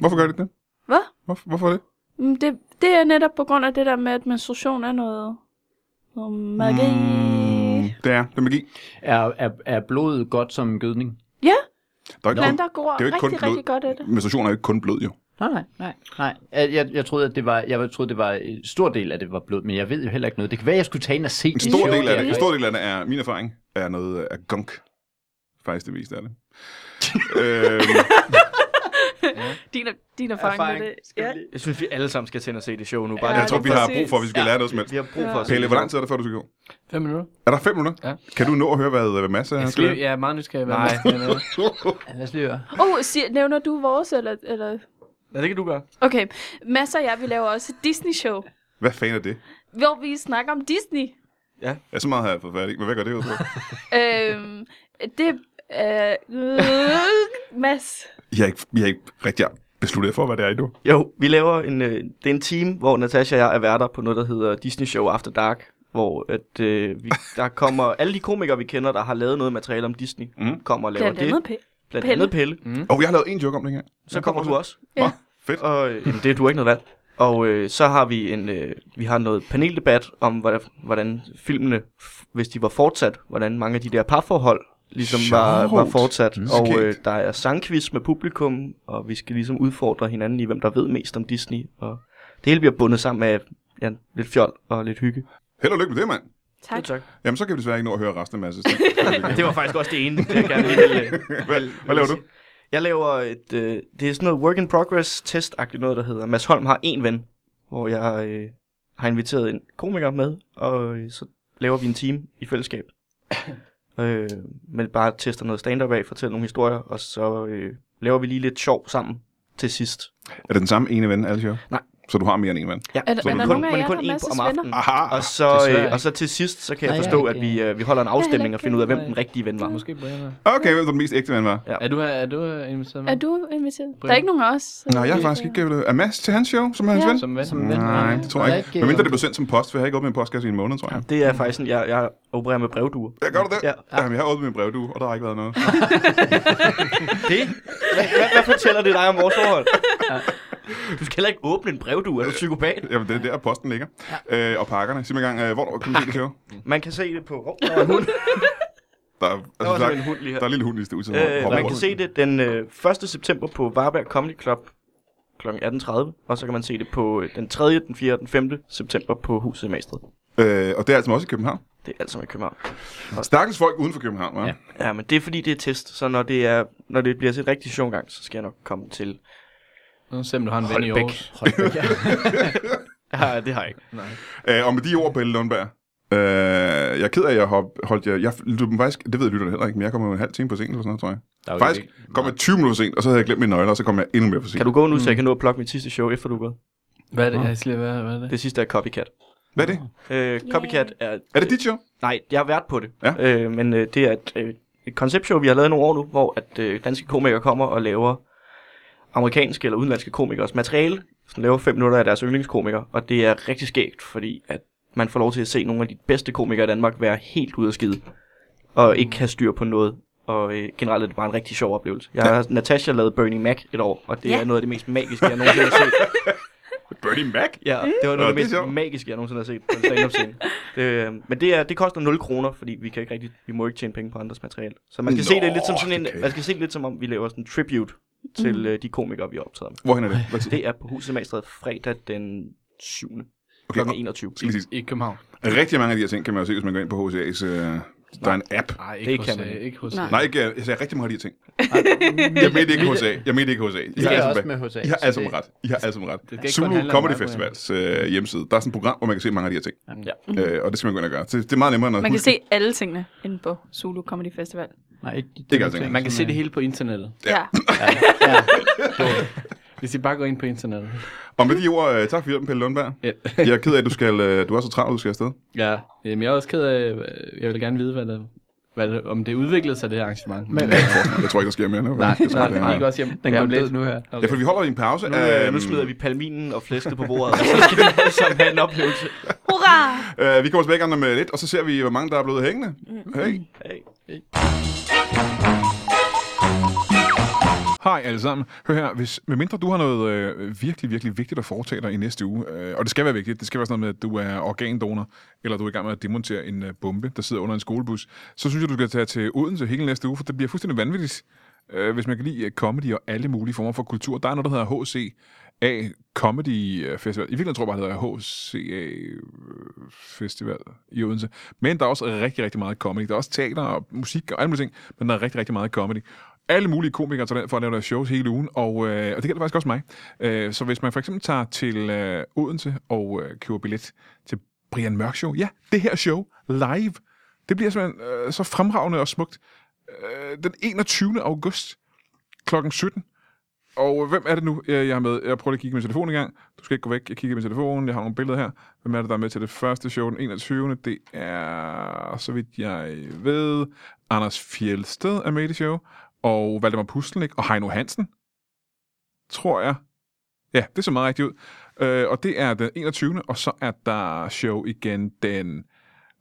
Hvorfor gør de det? hvad? Hvorfor, hvorfor det? Mm, Det, det er netop på grund af det der med, at menstruation er noget... Noget magi. Mm. Det er, det er magi. Er, er, er blodet godt som gødning? Ja, Der er ikke kun, planter gror det er jo ikke kun rigtig, blod. rigtig godt af det. menstruation er jo ikke kun blod, jo. Nej, nej, nej. nej. Jeg, jeg, jeg, troede, at det var, jeg troede, det var en stor del af det var blod, men jeg ved jo heller ikke noget. Det kan være, jeg skulle tage ind og se En det stor show del af der. det, en stor del af det er, min erfaring, er noget af gunk. Faktisk det meste af det. øhm, Din, din erfaring, erfaring Erfaring. med det. Skal vi Ja. lige- Jeg synes, vi alle sammen skal tænde og se det show nu. Bare Ja, jeg tror, lige vi har præcis. brug for, at vi skal lære noget som helst. Vi har brug for at se Pelle, det hvor show. lang tid er der, før du skal gå? Fem minutter? Er der fem minutter? Ja. Kan du nå at høre, hvad, hvad Mads er? Jeg, skal, lige- jeg er meget nysgerrig. hvad Nej. man skal lave. Ja, Lad os lige høre. Åh, oh, siger, nævner du vores, eller, eller... Ja, det kan du gøre. Okay, masser og jeg, vi laver også et Disney-show, Hvad fanden er det? hvor vi snakker om Disney. Jeg er så meget her for færdig, men hvad gør det ud på? øhm, det er... Øh, Mads. Jeg er ikke, jeg er ikke rigtig besluttet for, hvad det er endnu. Jo, vi laver en, øh, det er en team, hvor Natasha og jeg er værter på noget, der hedder Disney Show After Dark. Hvor at, øh, vi, der kommer alle de komikere, vi kender, der har lavet noget materiale om Disney, Mhm. mm. kommer og laver Blandt andet det. P. Blandt Pelle. andet Pelle. Og jeg har lavet en joke om det her. Så kommer du også. Ja. Ja. fedt. Og øh, jamen, det er du ikke noget valg. Og øh, så har vi en øh, vi har noget paneldebat om hvordan, hvordan filmene f- hvis de var fortsat, hvordan mange af de der parforhold ligesom var, var Sjovt. fortsat. Og øh, skægt. der er sangquiz med publikum, og vi skal ligesom udfordre hinanden i hvem der ved mest om Disney og det hele bliver bundet sammen med ja, lidt fjol og lidt hygge. Held og lykke med det, mand. Tak. tak. Jamen, så kan vi desværre ikke nå at høre resten af masse. Det var faktisk også det ene, det jeg gerne lige ville. øh, Hvad, hvad laver du? Jeg laver et, øh, det er sådan noget work in progress test noget, der hedder Mads Holm har en ven, hvor jeg øh, har inviteret en komiker med, og øh, så laver vi en team i fællesskab. øh, men bare tester noget stand-up af, fortæller nogle historier, og så øh, laver vi lige lidt sjov sammen til sidst. Er det den samme ene ven, alle show? Nej. Så du har mere end en ven? Ja, Er der- er der nogen af jer, der har masses venner? Aha! Og så, Desværre øh, ikke. og så til sidst, så kan jeg Nej, jeg forstå, er at ikke, vi, øh, vi holder en afstemning og ikke Mm. finder ud af, hvem kendt. den rigtige ven var. Måske Brian er. Okay, hvem er den mest ægte ven var? Er du, er du øh, inviteret med? Er du inviteret? Der Brian. er ikke nogen af os. så- Nej, jeg har faktisk ikke... Er Mads til hans show, Øh. som er hans Ja. ven? Som ven? Som ven. Nej, det tror jeg ikke. øh, Men øh, mindre det blev sendt som post, for jeg har ikke åbnet min postkasse i en måned, tror jeg. Det er faktisk sådan, jeg, jeg opererer med brevduer. Ja, gør du det? Ja. Jamen, jeg har åbnet min brevdue, og der har ikke været noget. Det? Hvad, hvad, hvad fortæller det dig om vores forhold? Du skal heller ikke åbne en brevdue, er du psykopat? Jamen, det er der, posten ligger. Øh, og pakkerne. Sig mig gang, øh, hvor kan du se det show? Man kan se det på... Hov, der var en hund. Der er, altså, Der var simpelthen en hund lige her. der er en lille hund i stedet, som Øh, hopper man kan rundt. se det den øh, 1. september på Varberg Comedy Club kl. 18.30, og så kan man se det på øh, den 3., den 4., den 5. september på Huset i Magstred. Øh, og det er altså også i København. Det er alt sammen i København. Stakkels folk uden for København, hva'? Ja. Ja, men det er fordi, det er test, så når det, er, når det bliver til en rigtig sjov gang, så skal jeg nok komme til. Nu ser du har en ven i Holbæk. Aarhus. Ja, det har jeg ikke. Øh, og med de ord, Pelle Lundberg. Øh, jeg er ked af, at jeg hop, holdt jer... Jeg, du, faktisk, det ved lytterne heller ikke, men jeg kom jo en halv time for sent eller sådan noget, tror jeg. Der er jo Faktisk ikke- kom jeg 20 minutter for sent, og så havde jeg glemt mine nøgler, og så kom jeg endnu mere for sent. Kan du gå nu, så jeg kan nå at plukke mit sidste show, efter du er gået? Hvad er det? Jeg skal lige, hvad, hvad er det? Det sidste er Copycat. Hvad er det? Øh, Copycat er... Er det dit show? Nej, jeg har været på det. Ja. Øh, men øh, det er et, øh, et konceptshow, vi har lavet nogle år nu, hvor at øh, danske komikere kommer og laver amerikanske eller udenlandske komikers materiale. Så laver fem minutter af deres yndlingskomikere, og det er rigtig skægt, fordi at man får lov til at se nogle af de bedste komikere i Danmark være helt ude af skide, og ikke have styr på noget. Og øh, generelt er det bare en rigtig sjov oplevelse. Jeg har Natasha lavet Burning Mac et år, og det Ja. er noget af det mest magiske, jeg nogensinde har set. Bernie Mac? Ja, det var noget Nå, af det er det mest sjovt. magiske, jeg nogensinde har set på en stand-up scene. det, øh, men det, er, det koster 0 kroner, fordi vi kan ikke rigtig, vi må ikke tjene penge på andres materiale. Så man skal Nå, se det lidt som sådan en, det kan man skal se det lidt som om, vi laver sådan en tribute til øh, de komikere, vi optræder med. Hvorhen er det? Hvad tid? Det er på Huset Magstred fredag den 7. Okay, kl. og- 21. Skal lige sige, I København. Rigtig mange af de her ting kan man jo se, hvis man går ind på HCA's... Øh, der er en app. Nej, Det ikke kan hos, man øh, ikke. ikke hos. Nej. Nej, ikke, øh, jeg sagde rigtig mange af de her ting. Jeg mente ikke HCA. Jeg mente ikke HCA. Det Jeg er altså også bag- med hos I har alle sammen ret. I har alle sammen ikke kun ret. Zulu handle om Comedy mig, Brian. Festivals øh, hjemmeside. Der er sådan et program, hvor man kan se mange af de her ting. Ja. Øh, og det skal man gå ind og gøre. Det, det er meget nemmere, end at Man kan huske- se alle tingene inde på Zulu Comedy Festival. Nej, ikke, Det kan jeg altså tænke. Man kan se det hele på internettet. Ja. Hvis I bare går ind på internettet. Og med de ord, øh, tak for hjælpen, Pelle Lundberg. Ja. Jeg er ked af, at du, skal, øh, du er så travlt, du skal afsted. ja. Jamen, jeg er også ked af, øh, jeg vil gerne vide, hvad der, hvad der, om det udviklede sig, det her arrangement. Men, Jeg tror ikke, der sker mere nu. nej, Jeg tror, nej, det er- nej, ikke også hjem. Den går går lidt. lidt nu her. Ja, for vi holder en pause. Nu, øh, nu Øhm, smider vi palminen og flæsket på bordet, og så skal vi alle sammen have en oplevelse. Hurra! øh, vi kommer tilbage igen om øh, lidt, og så ser vi, hvor mange der er blevet hængende. Mm. Hey. Hey. Hej alle sammen. Hør her, hvis, medmindre du har noget øh, virkelig, virkelig vigtigt at foretage dig i næste uge, øh, og det skal være vigtigt, det skal være sådan noget med, at du er organdonor, eller du er i gang med at demontere en øh, bombe, der sidder under en skolebus, så synes jeg, du skal tage til Odense hele næste uge, for det bliver fuldstændig vanvittigt, øh, hvis man kan lide øh, comedy og alle mulige former for kultur. Der er noget, der hedder HCA Comedy øh, Festival. I virkeligheden tror jeg bare, det hedder HCA øh, Festival i Odense. Men der er også rigtig, rigtig meget comedy. Der er også teater og musik og alle mulige ting, men der er rigtig, rigtig meget comedy alle mulige komikere tager den for at lave deres shows hele ugen, og, øh, og det gælder faktisk også mig. Øh, så hvis man for eksempel tager til øh, Odense og øh, køber billet til Brian Mørk Show, ja, det her show live, det bliver simpelthen øh, så fremragende og smukt. Øh, den 21. august kl. 17. Og hvem er det nu, øh, jeg har med? Jeg prøver lige at kigge i min telefon en gang. Du skal ikke gå væk. Jeg kigger i min telefon. Jeg har nogle billeder her. Hvem er det, der er med til det første show den 21. Det er, så vidt jeg ved, Anders Fjeldsted er med i det show og Valdemar Pustelnik og Heino Hansen, tror jeg. Ja, det ser meget rigtigt ud. Øh, og det er den 21. Og så er der show igen den...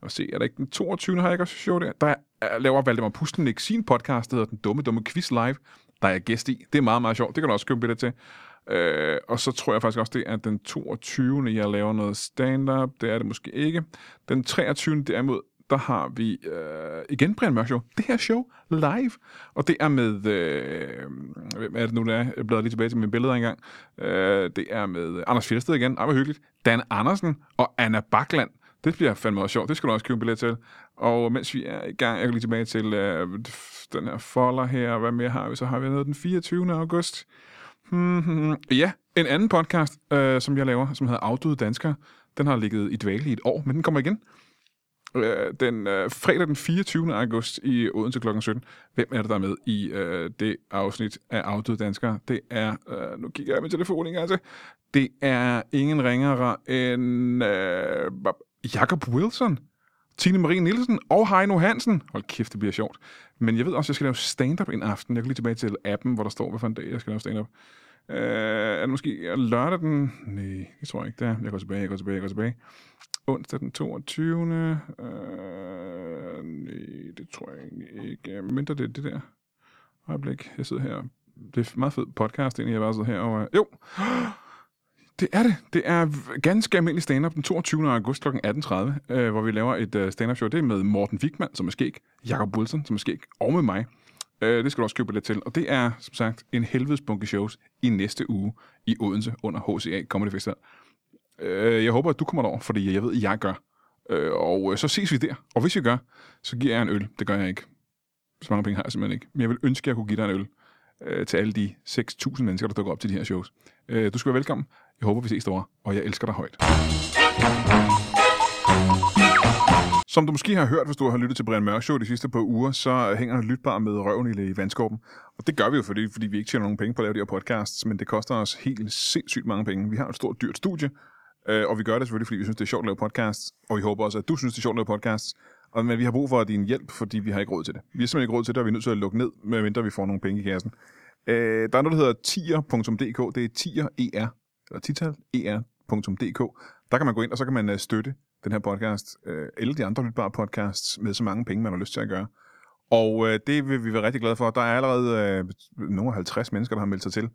Lad os se, er der ikke den 22. har jeg ikke også show der? Der er, laver Valdemar Pustelnik sin podcast, der hedder Den Dumme Dumme Quiz Live, der er jeg gæst i. Det er meget, meget sjovt. Det kan du også købe billet til. Øh, og så tror jeg faktisk også, det er den 22. jeg laver noget stand-up. Det er det måske ikke. Den 23. derimod, der har vi øh, igen Brian Mørk Show. Det her show live. Og det er med... Øh, hvem er det nu, der er? Jeg bladrer lige tilbage til mine billeder engang. Øh, det er med Anders Fjeldsted igen. Ej, hvor hyggeligt. Dan Andersen og Anna Bakland. Det bliver fandme også sjovt. Det skal du også købe en billet til. Og mens vi er i gang, jeg går lige tilbage til øh, den her folder her. Hvad mere har vi? Så har vi noget den 24. august. Mm-hmm. Ja, en anden podcast, øh, som jeg laver, som hedder Afdøde Danskere, den har ligget i dvale i et år, men den kommer igen. Øh, den øh, fredag den 24. august i Odense kl. 17. Hvem er det, der er med i øh, det afsnit af Afdøde Danskere? Det er, øh, nu kigger jeg i min telefon en gang til, det er ingen ringere end øh, Jakob Wilson, Tine Marie Nielsen og Heino Hansen. Hold kæft, det bliver sjovt. Men jeg ved også, at jeg skal lave stand-up en aften. Jeg går lige tilbage til appen, hvor der står, hvad for en dag jeg skal lave stand-up. Øh, er det måske lørdag den... Nej, det tror jeg ikke, det er. Jeg går tilbage, jeg går tilbage, jeg går tilbage. Onsdag den 22. Øh, nej, det tror jeg egentlig ikke. Mindre det er det der. Øjeblik, jeg sidder her. Det er meget fed podcast, egentlig, jeg bare sidder her. Og, øh, jo, det er det. Det er v- ganske almindelig stand-up den 22. august kl. 18.30, øh, hvor vi laver et øh, stand-up show. Det er med Morten Wigman, som er skæg, Jakob Wilson, som er skæg, og med mig. Øh, det skal du også købe lidt til. Og det er, som sagt, en helvedes bunke shows i næste uge i Odense under HCA Comedy Festival. Øh, jeg håber, at du kommer derover, fordi jeg ved, at jeg gør. Øh, og øh, så ses vi der. Og hvis jeg gør, så giver jeg en øl. Det gør jeg ikke. Så mange penge har jeg simpelthen ikke. Men jeg vil ønske, at jeg kunne give dig en øl øh, til alle de 6.000 mennesker, der dukker op til de her shows. Øh, du skal være velkommen. Jeg håber, vi ses derovre, og jeg elsker dig højt. Som du måske har hørt, hvis du har lyttet til Brian Mørk Show de sidste par uger, så hænger han lytbar med røven i, i vandskorben. Og det gør vi jo, fordi, fordi vi ikke tjener nogen penge på at lave de her podcasts, men det koster os helt sindssygt mange penge. Vi har et stort, dyrt studie, øh, og vi gør det selvfølgelig, fordi vi synes, det er sjovt at lave podcasts, og vi håber også, at du synes, det er sjovt at lave podcasts. Og, men vi har brug for din hjælp, fordi vi har ikke råd til det. Vi har simpelthen ikke råd til det, og vi er nødt til at lukke ned, medmindre vi får nogle penge i kassen. Øh, der er noget, der hedder tier.dk. Det er tier.er, eller tital, E er.dk. Der kan man gå ind, og så kan man øh, støtte den her podcast, øh, eller de andre lytbare podcasts, med så mange penge, man har lyst til at gøre. Og øh, det vil vi være rigtig glade for. Der er allerede øh, nogle 50 mennesker, der har meldt sig til.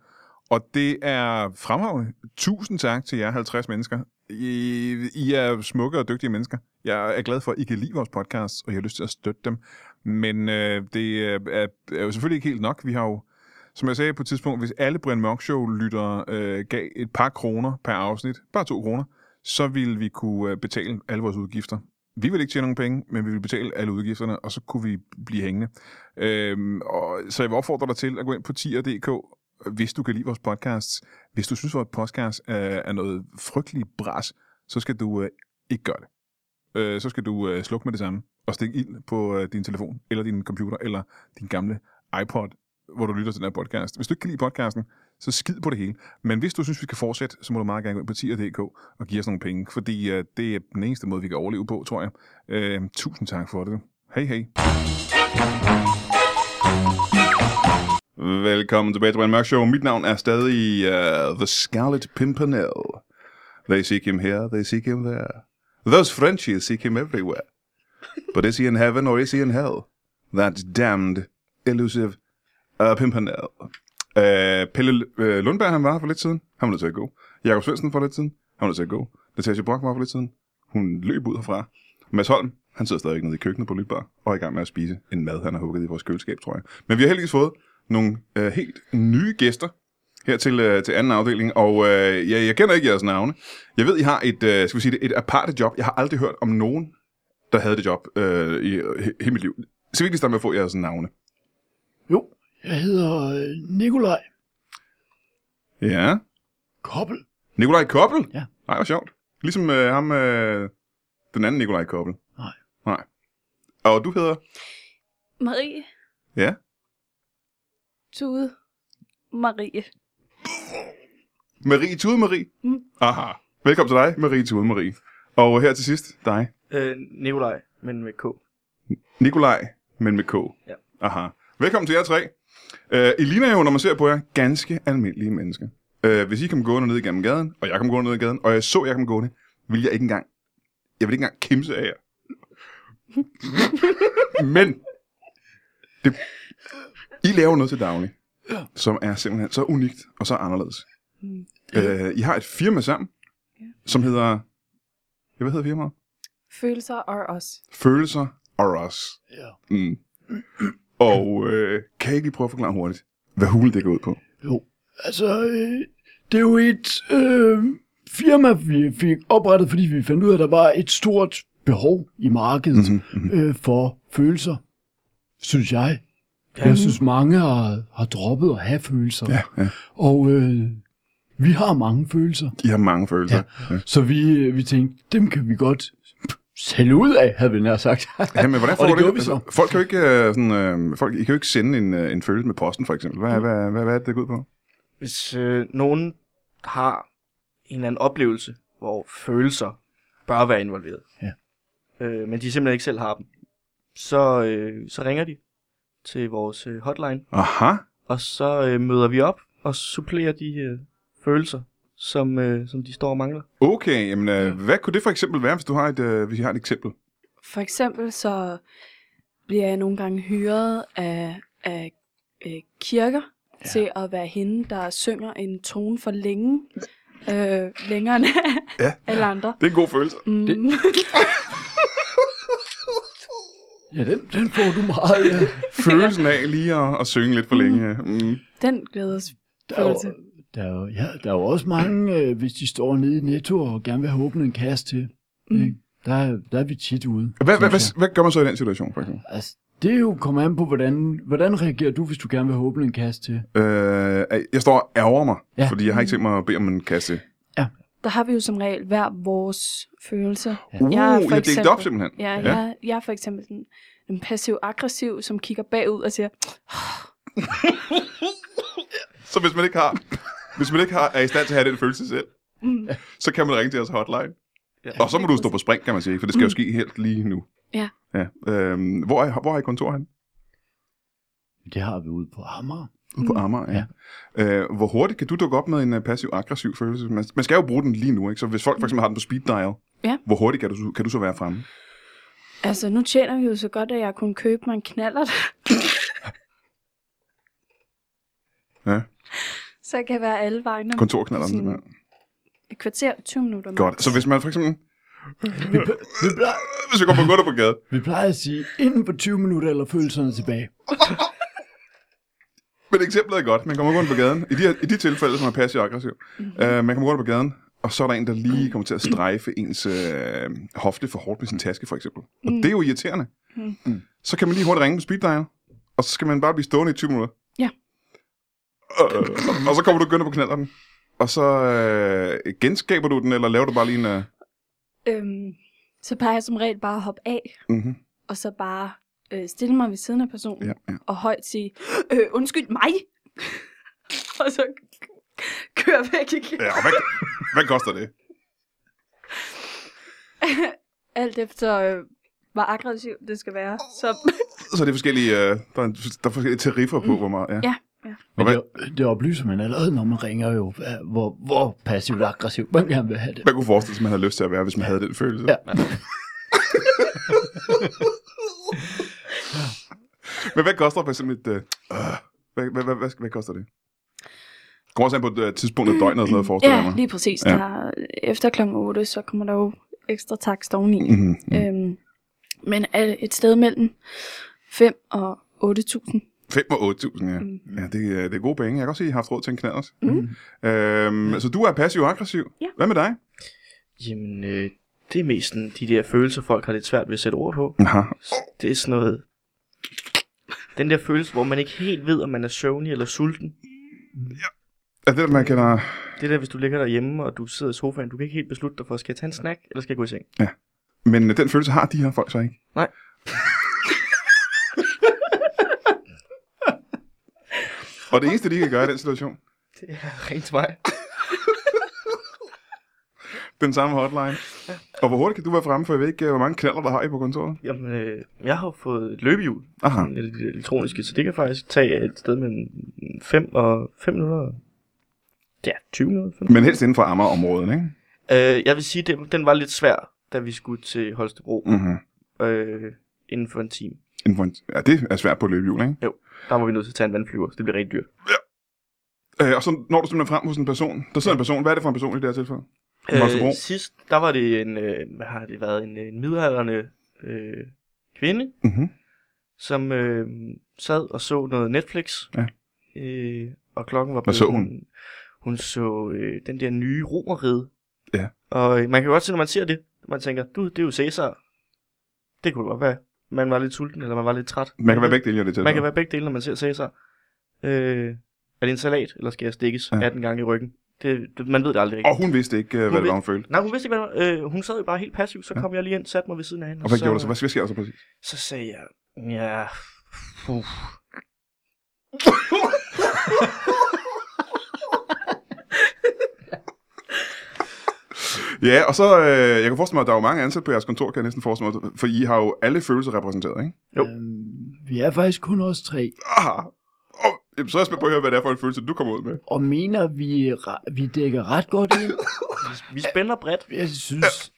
Og det er fremragende. Tusind tak til jer 50 mennesker. I, I er smukke og dygtige mennesker. Jeg er glad for, at I kan lide vores podcast, og jeg har lyst til at støtte dem. Men øh, det øh, er, er jo selvfølgelig ikke helt nok. Vi har jo, som jeg sagde på et tidspunkt, hvis alle Brian Mørk Show lytter øh, gav et par kroner per afsnit, bare to kroner, så ville vi kunne øh, betale alle vores udgifter. Vi ville ikke tjene nogen penge, men vi ville betale alle udgifterne, og så kunne vi blive hængende. Øhm, og, så jeg vil opfordre dig til at gå ind på tier.dk hvis du kan lide vores podcast, hvis du synes, vores podcast øh, er noget frygtelig bras, så skal du øh, ikke gøre det. Øh, så skal du øh, slukke med det samme og stikke ild på øh, din telefon, eller din computer, eller din gamle iPod, hvor du lytter til den her podcast. Hvis du ikke kan lide podcasten, så skid på det hele. Men hvis du synes, vi skal fortsætte, så må du meget gerne gå ind på tier.dk og give os nogle penge, fordi øh, det er den eneste måde, vi kan overleve på, tror jeg. Øh, tusind tak for det. Hej hej. Velkommen tilbage til Brian Mørk Show. Mit navn er stadig uh, The Scarlet Pimpernel. They seek him here, they seek him there. Those Frenchies seek him everywhere. But is he in heaven or is he in hell? That damned, elusive uh, Pimpernel. Uh, Pelle uh, Lundberg, han var for lidt siden. Han var nødt til at gå. Jakob Svendsen for lidt siden. Han var nødt til at gå. Natasha Brock var for lidt siden. Hun løb ud herfra. Mads Holm, han sidder stadigvæk nede i køkkenet på Lytbar, og er i gang med at spise en mad, han har hugget i vores køleskab, tror jeg. Men vi har heldigvis fået nogle øh, helt nye gæster her til, øh, til anden afdeling, og øh, jeg, jeg kender ikke jeres navne. Jeg ved, I har et, øh, skal vi sige det, et aparte job. Jeg har aldrig hørt om nogen, der havde det job øh, i he, hele mit liv. Så vigtigst er med at få jeres navne. Jo, jeg hedder øh, Nikolaj Ja. Koppel. Nikolaj Koppel? Ja. Nej, hvor sjovt. Ligesom øh, ham, øh, den anden Nikolaj Koppel. Nej. Nej. Og du hedder? Marie Ja. Tude Marie. Marie Tude Marie. Mm. Aha. Velkommen til dig, Marie Tude Marie. Og her til sidst, dig, Øh, Nikolaj, men med K. Nikolaj, men med K. Ja. Aha. Velkommen til jer tre. Øh, I ligner jo, når man ser på jer, ganske almindelige mennesker. Øh, hvis I kom gående ned igennem gaden, og jeg kom gående ned i gaden, og jeg så, jeg kom gående, ville jeg ikke engang, jeg ville ikke engang kæmse af jer. Men, det, I laver noget til daglig, som er simpelthen så unikt og så anderledes. Øh, I har et firma sammen, som hedder... Ja, hvad hedder firmaet? Følelser og os. Følelser og os. Ja. Mm. Og øh, kan I ikke lige prøve at forklare hurtigt, hvad hul det går ud på? Jo, altså, øh, det er jo et øh, firma, vi fik oprettet, fordi vi fandt ud af, at der var et stort behov i markedet Altså, Mhm. mm-hmm. øh, for følelser, synes jeg. Jeg synes, mange har, har droppet at have følelser. Ja, ja. Og øh, vi har mange følelser, I har mange følelser. Ja. så vi, øh, vi tænkte, dem kan vi godt sælge ud af, havde vi nær sagt. Ja, men hvordan får og det du gjorde det? vi så. Altså, folk kan jo ikke, øh, sådan, øh, folk, I kan jo ikke sende en, øh, en følelse med posten, for eksempel. Hvad, hvad, hvad, hvad er det, det går ud på? Hvis øh, nogen har en eller anden oplevelse, hvor følelser bør være involveret, Ja. øh, men de simpelthen ikke selv har dem, så, øh, så ringer de til vores øh, hotline, Aha. og så øh, møder vi op og supplerer de øh, følelser, som, øh, som de står og mangler. Okay, jamen, øh, hvad kunne det for eksempel være, hvis du har et, øh, hvis I har et eksempel? For eksempel så bliver jeg nogle gange hyret af, af øh, kirker ja. til at være hende, der synger en tone for længe. Øh, længere end Ja. ja. alle andre. Det er en god følelse. Mm. Det- Ja, den, den får du meget. Ja. Følelsen af lige at, at synge lidt for længe. Mm. Den glædes Der er, følelse. jo, der, er jo, ja, der er jo også mange, øh, hvis de står nede i Netto og gerne vil have åbnet en kasse til. Mm. Ikke? Der, er- der er vi tit ude. Hvad, hvad, synes hvad, hvad gør man så i den situation, for eksempel? jeg. Altså, det er jo kommet an på, hvordan, hvordan reagerer du, hvis du gerne vil have åbnet en kasse til? Øh, jeg står og ærger mig, ja. Ja. fordi jeg har ikke tænkt mig at bede om en kasse. Der har vi jo som regel hver vores følelse. Uh, Jeg jeg er for har delt det op eksempel- simpelthen. Ja, ja. Jeg, jeg er for eksempel den, den passiv-aggressiv, som kigger bagud og siger, Så hvis man ikke har, hvis man ikke har, er i stand til at have den følelse selv, Mm. så kan man ringe til os hotline. Ja. Og så må du stå på spring, kan man sige, for det skal jo ske helt lige nu. Ja. ja. Øhm, hvor, er, hvor er I kontor han? Det har vi ude på Amager. Ude på Amager, ja. ja. Øh, hvor hurtigt kan du dukke op med en øh, passiv-aggressiv følelse? Man, man skal jo bruge den lige nu, ikke? Så hvis folk for eksempel har den på speed dial, Ja. hvor hurtigt kan du, kan du så være fremme? altså nu tjener vi jo så godt, at jeg kunne købe mig en knallert. Ja. Så jeg kan være alle vegne. Kontorknalleren. Sådan- simpelthen. Et kvarter, 20 minutter. max. Godt. Så hvis man for eksempel... Vi, pl- vi, plejer, Hvis jeg går på gutter på gaden. vi plejer at sige, inden for 20 minutter eller følelserne tilbage. Men eksemplet er godt. Man kommer rundt på gaden. I de, her, i de tilfælde, som er passiv-aggressiv. Øh, man kommer rundt på gaden, og så er der en, der lige kommer til at strejfe ens øh, hofte for hårdt med sin taske, for eksempel. Og det er jo irriterende. Mm. Så kan man lige hurtigt ringe på speed dial, og så skal man bare blive stående i 20 minutter. Ja. Øh, og- og så kommer du gønne på knalderen. Og så øh, genskaber du den, eller laver du bare lige en... Øh, Øhm, så plejer jeg som regel bare at hoppe af, mhm. og så bare øh, stille mig ved siden af personen, ja, ja. ja. og højt sige, øh, undskyld mig! og så kører væk igen. ja og hvad, hvad koster det? Alt efter, øh, hvor aggressiv det skal være. Så Så det er forskellige, øh, der, er, en- der er forskellige tariffer på, hvor meget... Ja. ja, ja. Men Okay. det, det oplyser man allerede, når man ringer jo, hvad- hvor, hvor passivt og aggressivt man gerne vil have det. Man kunne forestille sig, man havde lyst til at være, hvis man havde den følelse. Ja. Men hvad koster for eksempel et... Øh, øh, hvad, hvad, hvad, hvad, hvad koster det? Kommer også an på et øh, tidspunkt af døgnet og sådan noget, forestiller jeg ja mig. lige præcis. Ja. Ja. Der, efter klokken 8, så kommer der jo ekstra takst oveni. Mm. Mhm, mhm. Øhm, men er et sted mellem 5 og 8.000. 5 og 8.000, ja. Mm. Mm. ja det, er- det er gode penge. Jeg kan også se, at I har haft råd til en knallert. Mm. Øhm, så du er passiv-aggressiv. Ja. Hvad med dig? Jamen, øh, det er mest sådan, de der følelser, folk har lidt svært ved at sætte ord på. Aha. Det er sådan noget... Den der følelse, hvor man ikke helt ved, om man er søvnig eller sulten. Er det, man kalder... Det der, hvis du ligger derhjemme, og du sidder i sofaen, du kan ikke helt beslutte dig for, skal jeg tage en snack, eller skal jeg gå i seng? Men øh, den følelse har de her folk så ikke? Nej. og det eneste, de kan gøre i den situation, Det er rent til mig. den samme hotline. Og hvor hurtigt kan du være fremme, for jeg ved ikke, øh, hvor mange knaller, der har I på kontoret? Jamen, øh, jeg har jo fået et løbehjul, Aha. sådan et lille elektroniske, så det kan faktisk tage et sted mellem 5 og 5 minutter. Ja, 20 minutter. 5. Men helst inden for Amager-området, ikke? Øh, jeg vil sige, den, den var lidt svær, da vi skulle til Holstebro Mm-hmm. øh, inden for en time. Inden for en... Ja, det er svært på løbehjul, ikke? Der var vi nødt til at tage en vandflyver, så det bliver rigtig dyrt. Øh, og så når du simpelthen frem hos en person. Der sidder en person. Hvad er det for en person i det her tilfælde? Holstebro. Øh, sidst, der var det en, øh, hvad har det været, en, øh, en midaldrende øh, kvinde, Mm-hmm. som øh, sad og så noget Netflix. Ja. Øh, og klokken var Hvad så hun? Hun, hun så øh, den der nye romeride. Ja. Og øh, man kan jo godt se, når man ser det, man tænker, du, det er jo Cæsar. Det kunne det godt være. Man var lidt sulten, eller man var lidt træt. Man kan være begge dele i det tilfælde. Man kan være begge dele, når man ser Cæsar. Øh, er det en salat, eller skal jeg stikkes Ja. ja. 18 gange i ryggen? Det, det, man ved det aldrig. Og hun vidste ikke, øh, hvad Hun det var, hun følte. Nej, hun vidste ikke, hvad det var. øh, Hun sad jo bare helt passivt, så kom jeg lige ind, satte mig ved siden af hende. Og hvad gjorde du så? Hvad hvad sker der så præcis? Så sagde jeg, ja, puh. Ja, og så, øh, jeg kan forestille mig, at der er jo mange ansatte på jeres kontor, kan jeg næsten forestille mig, for I har jo alle følelser repræsenteret, ikke? Jo. Øhm, vi er faktisk kun os tre, Ah, oh, jamen, så er jeg spændt på at høre, hvad det er for en følelse, du kommer ud med. og mener, vi, re- vi dækker ret godt ind. vi spænder bredt. Jeg synes,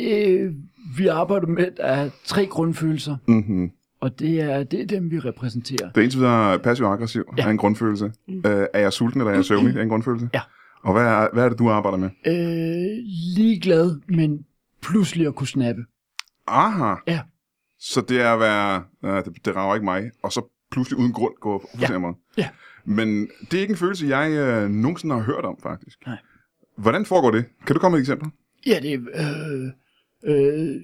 øh, vi arbejder med, at der er tre grundfølelser, Mm-hmm. og det er, det er dem, vi repræsenterer. Det er indtil videre passiv og aggressiv ja. er en grundfølelse. Mm. Øh, er jeg sulten, eller er jeg søvnig? er en grundfølelse. Mm-hmm. Ja. Og hvad er, hvad er det, du arbejder med? Øh, ligeglad, men pludselig at kunne snappe. Aha. Ja. Så det er at være, øh, det, det rager ikke mig, og så pludselig uden grund gå på ja. mig. Ja. Men det er ikke en følelse, jeg øh, nogensinde har hørt om, faktisk. Nej. Hvordan foregår det? Kan du komme med et eksempel? Ja, det er... Øh, øh, øh,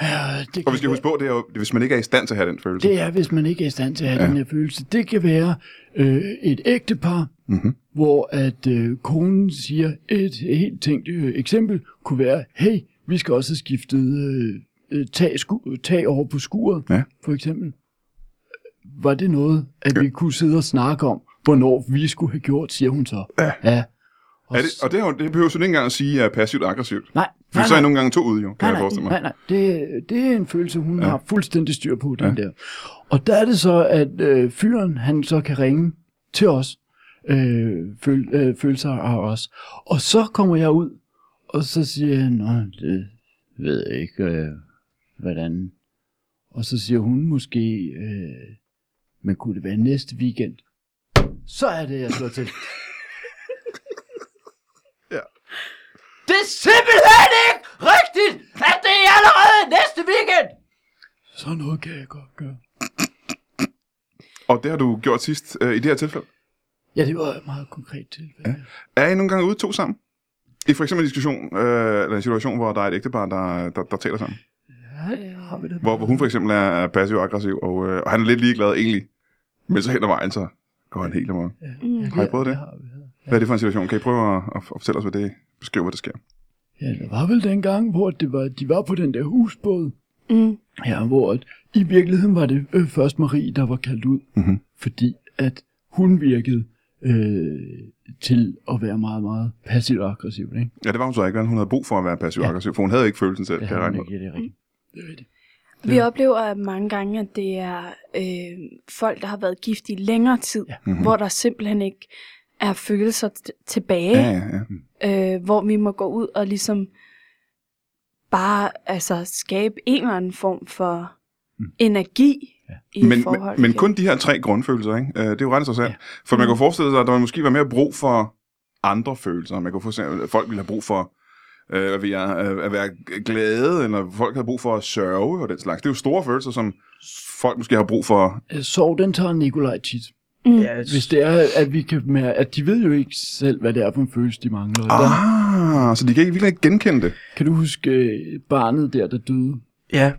det Og kan vi skal være- huske på, det er jo, hvis man ikke er i stand til at have den følelse. Det er, hvis man ikke er i stand til at have Ja. ja. den her følelse. Det kan være øh, et ægtepar, Mm-hmm. hvor at øh, konen siger et helt tænkt øh, eksempel, kunne være, hey, vi skal også have skiftet øh, øh, tag, sku, tag over på skuret, Ja. for eksempel. Var det noget, at ja. vi kunne sidde og snakke om, hvornår vi skulle have gjort, siger hun så. Ja. ja. Er det, og det, har, jo- det behøver jo ikke engang at sige er passivt og aggressivt. Nej, For så er jeg nogle gange to ude, jo, kan Nej, jeg nej, forestille mig. nej, nej. Det, det er en følelse, hun Ja. ja. har fuldstændig styr på, den ja. der. Og der er det så, at øh, fyren, han så kan ringe til os, øh, føl, øh, føle sig af os. Og så kommer jeg ud, og så siger jeg, nå, det ved jeg ikke, øh, hvordan. Og så siger hun måske, øh, men kunne det være næste weekend? Så er det, jeg slår til. Det er simpelthen ikke rigtigt, at det er allerede næste weekend! Sådan noget kan jeg godt gøre. Og det har du gjort sidst øh, i det her tilfælde. Ja, det var et meget konkret tilfælde. Ja. Er I nogle gange ude to sammen? I for eksempel en diskussion, øh, eller en situation, hvor der er et ægtepar, der, der, der taler sammen. Ja, ja, har vi det. Hvor, hvor hun for eksempel er, er passiv og aggressiv, og, øh, og han er lidt ligeglad egentlig. Men så hen ad vejen, så går han helt amok. Mm. Har I prøvet det? har vi. Hvad er det for en situation? Kan I prøve at, at at fortælle os, hvad det beskriver, hvad der sker? Ja, der var vel den gang, hvor det var, de var på den der husbåd. Mm. Ja, hvor at, i virkeligheden var det øh, først Marie, der var kaldt ud. Mhm. Fordi at hun virkede øh, til at være meget, meget passiv og aggressiv. Ikke? Ja, det var hun så ikke, men hun havde brug for at være passiv og Ja. aggressiv, for hun havde ikke følelsen selv, kan jeg havde regne hun med. ikke, ja, det er rigtigt. Det er rigtigt. Vi oplever mange gange, at det er øh, folk, der har været gift i længere tid, ja. Mhm. mm-hmm. hvor der simpelthen ikke er følelser t- tilbage. Ja, ja, ja. øh, hvor vi må gå ud og ligesom bare altså skabe en eller anden form for mm. energi ja. i et Mhm. men, forhold. men, men igen. Mm. kun de her tre grundfølelser, ikke? Øh, det er jo ret interessant. Ja. For man kan forestille sig, at der måske var mere brug for andre følelser. Man kan forestille sig, at folk ville have brug for øh, hvad ved jeg, øh, at være glade, eller folk havde brug for at sørge og den slags. Det er jo store følelser, som folk måske har brug for. Øh, Sorg, den tager Nikolaj tit. Mm. Ja, Hvis det er, at vi kan mærke, at de ved jo ikke selv, hvad det er for en følelse, de mangler. Der- Ah, så de kan ikke virkelig ikke genkende det. Kan du huske øh, barnet der, der døde? ja.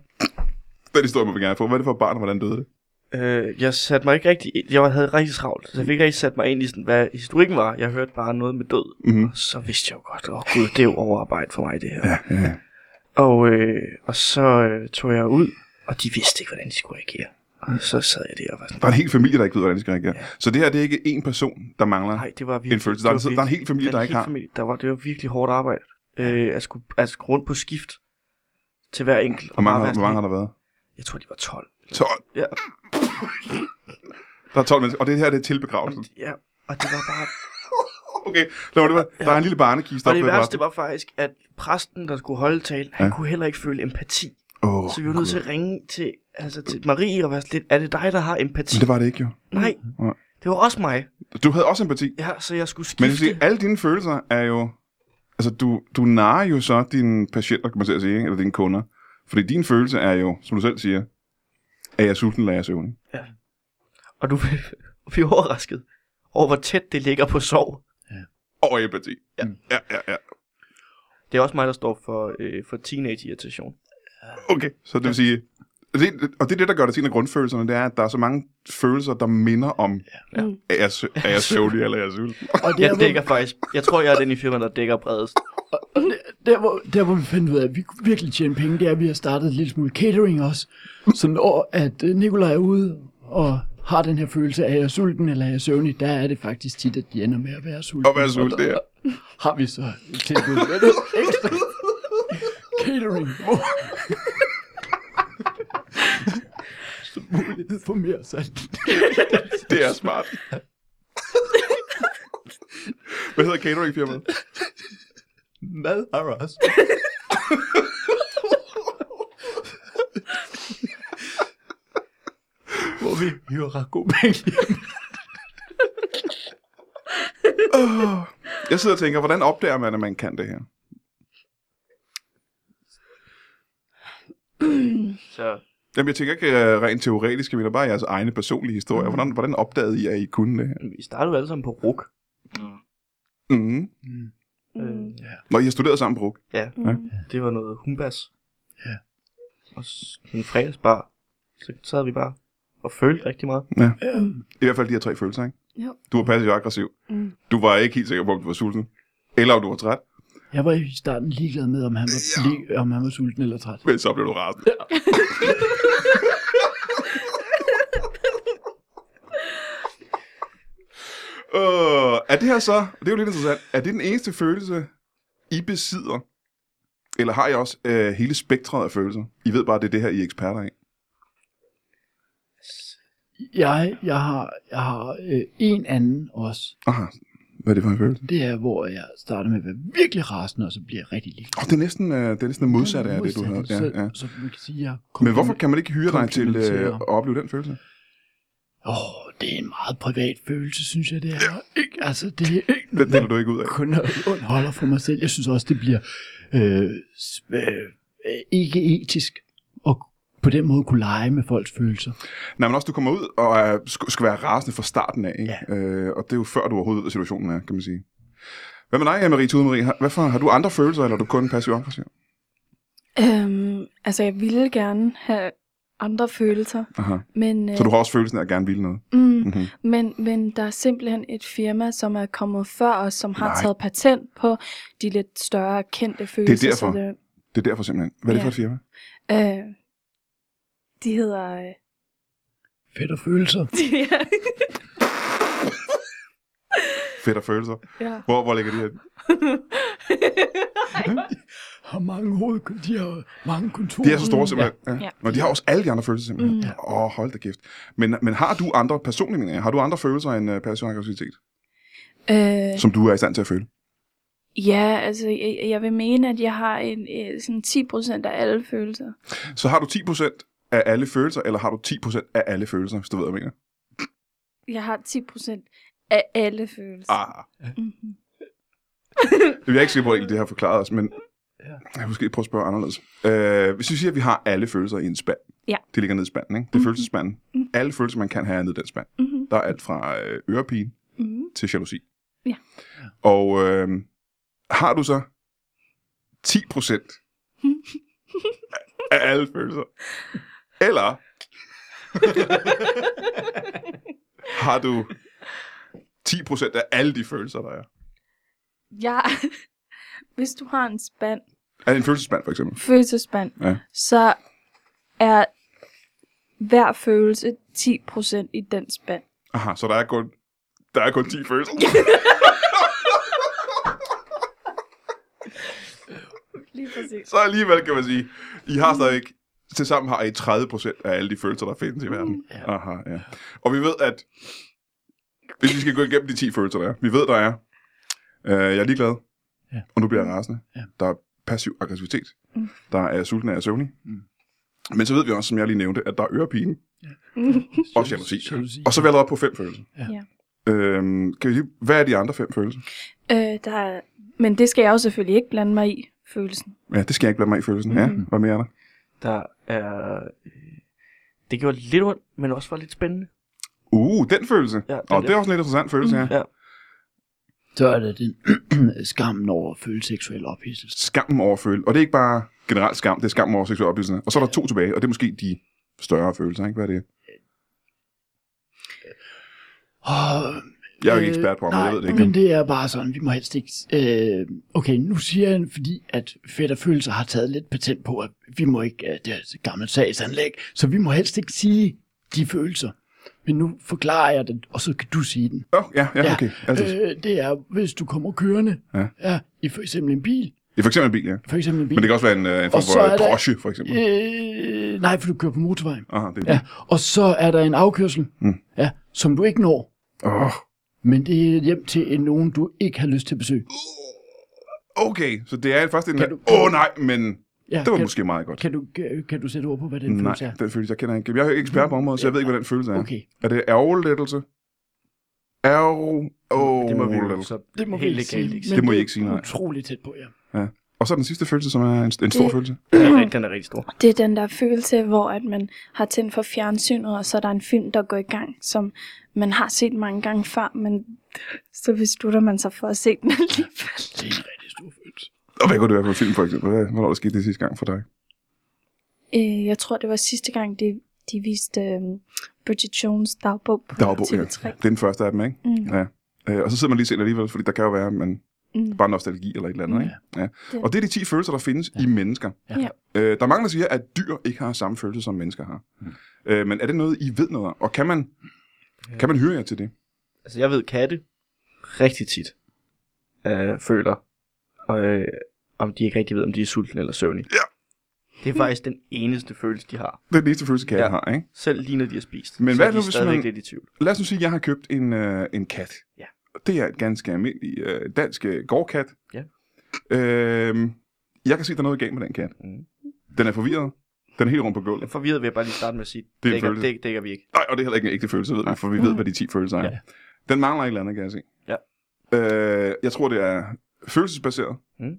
Den historie må vi gerne få. Hvad er det for et barn, og hvordan døde det? Øh, jeg satte mig ikke rigtig ind. Jeg havde rigtig travlt, så jeg fik ikke rigtig sat mig ind i, sådan, hvad historikken var. Jeg hørte bare noget med død. Mhm. Og så vidste jeg jo godt, åh oh, gud, det er jo overarbejde for mig, det her. Ja, ja. Og, øh, og så øh, tog jeg ud, og de vidste ikke, hvordan de skulle reagere. Og så sad jeg der og var sådan, Der er en hel familie, der ikke ved, hvordan de skal reagere. Ja. Så det her, det er ikke én person, der mangler. Nej, det var virkelig... en følelse. det Der er- der er var en virkelig- hel familie, er en der ikke hel har. Familie, der var, det var virkelig hårdt arbejde. Øh, at, skulle, at skulle rundt på skift til hver enkelt. Hvor mange, bare har- være hvor sådan mange har der været? helt- Jeg tror, de var 12. 12. Ja. Der er 12 mennesker, og det her det er til begravelsen. ja. Og det var bare... Okay, lad mig det være. Der er en lille barnekiste og oppe det ved værste var faktisk, at præsten, der skulle holde talen, han Ja. ja. kunne heller ikke føle empati. Oh, Så vi var nødt til at ringe til, altså til Marie og være sådan lidt, er det dig, der har empati? Men det var det ikke jo. Nej. Nej. Det var også mig. Du havde også empati. Ja, så jeg skulle skifte. Men det vil sige, alle dine følelser er jo... Altså, du, du narer jo så dine patienter, kan man til at sige, ikke? eller dine kunder. Fordi din følelse er jo, som du selv siger, er jeg sulten eller er jeg søvnig? Og du bliver overrasket over, hvor tæt det ligger på sorg. Og empati. Ja. ja, ja, ja. Det er også mig, der står for, øh, for teenage-irritation. Okay, så det vil sige... Det, og det er det, der gør det til en af grundfølelserne, det er, at der er så mange følelser, der minder om, Ja. er jeg, sø- er jeg søvnig eller er jeg sulten? Og der, Jeg dækker hvor, faktisk... Jeg tror, jeg er den i firmaet, der dækker bredest. der, hvor, der hvor vi fandt ud af, at vi kunne virkelig tjene penge, det er, at vi har startet en lille smule catering også. Så når at øh, Nikolaj er ude og har den her følelse af, at jeg er sulten eller er jeg søvnig, der er det faktisk tit, at de ender med at være sulten. Og være sulten, der ja. Har vi så et tilbud med det ekstra catering, hvor... Så mulighed for mere salt. Det er smart. Hvad hedder cateringfirmaet? Mad har os. Hvor vi hyrer ret gode penge. Jeg sidder og tænker, hvordan opdager man, at man kan det her? Så Jamen, jeg tænker ikke øh, rent teoretisk, jeg mener bare jeres egne personlige historier. Hvordan, hvordan opdagede I, at I kunne det her? vi startede jo alle sammen på RUK. Mm. øh. Mm. Når I har studeret sammen, Brug. Ja, Ja. Mm. det var noget humbas. Ja. Og s- en fredagsbar. Så sad vi bare og følte rigtig meget. I hvert fald de her tre følelser, ikke? Jo. Du var passiv aggressiv. Mm. Du var ikke helt sikker på, om du var sulten. Eller om du var træt. Jeg var i starten ligeglad med, om han var, li- om han var sulten eller træt. Men så blev du rasende. Øh, er det her så, det er jo lidt interessant, er det den eneste følelse, I besidder? Eller har I også øh, hele spektret af følelser? I ved bare, det er det her, I er eksperter i. Jeg, jeg har, jeg har øh, en anden også. Aha, hvad er det for en følelse? Det er, hvor jeg starter med at være virkelig rasende, og så bliver jeg rigtig ligeglad. Oh, det, er næsten, øh, det er næsten det modsatte af det, du havde. Så, Ja, ja. så man kan sige, at jeg Men hvorfor kan man ikke hyre dig til øh, Komplementerer. at opleve den følelse? Åh, oh, det er en meget privat følelse, synes jeg, det er. Ikke, altså, det er ikke Den deler du ikke ud af. kun underholder for mig selv. Jeg synes også, det bliver øh, s- øh, øh, ikke etisk at på den måde kunne lege med folks følelser. Nej, men også, du kommer ud og er, sk- skal være rasende fra starten af. Ikke? Ja. Øh, og det er jo før, du overhovedet ved, hvad situationen er, kan man sige. Hvad med dig, Marie Tudemarie? Har, hvad for, har du andre følelser, eller er du kun passiv aggressiv? Øhm, altså, jeg ville gerne have andre følelser, Aha. men, øh, Så du har også følelsen af at gerne ville noget? mm, Mhm. men, men der er simpelthen et firma, som er kommet før os, som har Nej. taget patent på de lidt større kendte følelser. så derfor. det- Det er derfor simpelthen. Hvad er det Ja. for et firma? Øh, de hedder... Øh, Fedt og følelser. de, ja. Fedt og følelser. ja. Hvor, hvor ligger de her? Har mange hoved, de har mange kontorer. De er så store simpelthen. Ja. Ja. Ja. Nå, de har også alle de andre følelser simpelthen. Åh, Mm. mm. oh, hold da kæft. Men, men har du andre, personligt mener jeg, har du andre følelser end uh, passiv aggressivitet, øh, som du er i stand til at føle? ja, altså, jeg, jeg vil mene, at jeg har en, øh, sådan 10% af alle følelser. Så har du 10% af alle følelser, eller har du 10% af alle følelser, hvis du ved, hvad jeg mener? Jeg har 10% af alle følelser. Ah. Mm-hmm. Jeg er ikke sikker på, at det har forklaret os, men jeg vil måske prøve at spørge anderledes. Øh, hvis vi siger, at vi har alle følelser i en spand. Ja. Mhm. Det ligger nede i spanden, ikke? Det er følelsespanden. Alle følelser, man kan have, er nede i den spand. Mm-hmm. Der er alt fra øh, ørepine Mm-hmm. til jalousi. Ja. Og øh, har du så 10 procent af alle følelser? Eller har du 10 procent af alle de følelser, der er? Jeg, hvis du har en spand, Er det en følelsespand, for eksempel? følelsespand, Ja. så er hver følelse 10% i den spand. Aha, så der er kun, der er kun 10 følelser. Lige præcis. så alligevel kan man sige, I har stadigvæk, tilsammen har I 30% af alle de følelser, der findes i verden. Aha, ja. Og vi ved, at hvis vi skal gå igennem de 10 følelser, der er, vi ved, der er, øh, jeg er ligeglad, Ja. og nu bliver jeg rasende. Ja. Der er passiv aggressivitet. Mm. Der er sulten af søvnig. Mm. Men så ved vi også, som jeg lige nævnte, at der er ørepine. Også jalousi. Jalousi. Og så vælger op på fem følelser. Ja. Øhm, kan vi lige, hvad er de andre fem følelser? Øh, der er, men det skal jeg jo selvfølgelig ikke blande mig i, følelsen. Ja, det skal jeg ikke blande mig i følelsen. Ja, Mhm. hvad mere er der? Der er... øh, Det gjorde lidt ondt, men også var lidt spændende. Uh, den følelse. Ja, den og det er der. også en lidt interessant følelse, Mm, ja. Ja. Så er der den skammen over at føle seksuel ophidselse. Skammen over følelse. Og det er ikke bare generelt skam, det er skammen over seksuelle oplevelser. Og så er der to tilbage, og det er måske de større følelser, ikke? Hvad er det? Og Jeg er jo ikke ekspert på området, jeg ved det ikke. Øh, men det er bare sådan, vi må helst ikke... Øh, okay, nu siger jeg, fordi at fedt og følelser har taget lidt patent på, at vi må ikke... Øh, det er et gammelt sagsanlæg, så vi må helst ikke sige de følelser. Men nu forklarer jeg det, og så kan du sige den. Åh, oh, ja, ja, okay. Altid. øh, det er, hvis du kommer kørende Ja. ja. Ja, i for eksempel en bil. Ja, for eksempel en bil, ja. For eksempel en bil. Men det kan også være en, øh, en form Og for så er øh, der- Porsche, for eksempel. øh, nej, for du kører på motorvejen. Aha, det er Ja, og så er der en afkørsel, Mm. ja, som du ikke når, Åh, men det er hjem til en- nogen, du ikke har lyst til at besøge. Okay, så det er først en... Kan du- Åh oh, nej, men Ja, det var kan, måske meget godt. Kan du, kan, kan du sætte ord på, hvad den Nej, følelse er? den følelse, jeg kender ikke. Jeg er jo ikke ekspert på området, så jeg ved ikke, hvad den følelse er. Okay, Er det ærgerlettelse? Ærger... Oh, Det må vi jo så det må vi helt ikke sige. legalt ikke sige. men Det må I ikke sige, er nej. Utroligt tæt på, ja. Og så den sidste følelse, som er en, en stor Øh, Det- følelse. Den er rigtig- Den er rigtig stor. Det er den der følelse, hvor at man har tændt for fjernsynet, og så er der en film, der går i gang, som man har set mange gange før, men så beslutter man sig for at se den alligevel. Det er en rigtig stor følelse. Og hvad kunne det være for en film, for eksempel? Hvad, hvornår der skete det sidste gang for dig? Øh, jeg tror, det var sidste gang, det, de viste øh, Bridget Jones dagbog på Dagbog, ja. TV3. Det er den første af dem, ikke? Mm. Ja. Øh, og så sidder man lige selv alligevel, fordi der kan jo være man Mm. bare nostalgi eller et eller andet, ikke? Ja. Det- Og det er de 10 følelser, der findes i mennesker. Ja. Ja. Øh, der er mange, der siger, at dyr ikke har samme følelse, som mennesker har. Øh, men er det noget, I ved noget om? Og kan man, kan man høre jer til det? Altså, jeg ved, katte rigtig tit øh, føler, øh, om de ikke rigtig ved, om de er sultne eller søvnige. Ja. Det er faktisk den eneste følelse, de har. Det er den eneste følelse, katte ja. Ja. har, ikke? Selv lige når de har spist. Men så hvad er nu, de hvis stadigvæk man- lidt i tvivl. Lad os nu sige, at jeg har købt en, øh, en kat. Ja. Det er et ganske almindelig øh, dansk øh, gårdkat. Ja. Øh, jeg kan se, at der er noget galt med den kat. Mm. Den er forvirret. Den er helt rundt på Jeg er gulvet. forvirret vil jeg bare lige starte med at sige, Det er en dækker, følelse. dæk, dækker vi ikke. Nej, og det er heller ikke en ægte følelse, ved man, for vi ved, hvad de 10 følelser er. Ja. Ja. Den mangler et eller andet, kan jeg se. Ja. Øh, jeg tror, det er følelsesbaseret. Mm.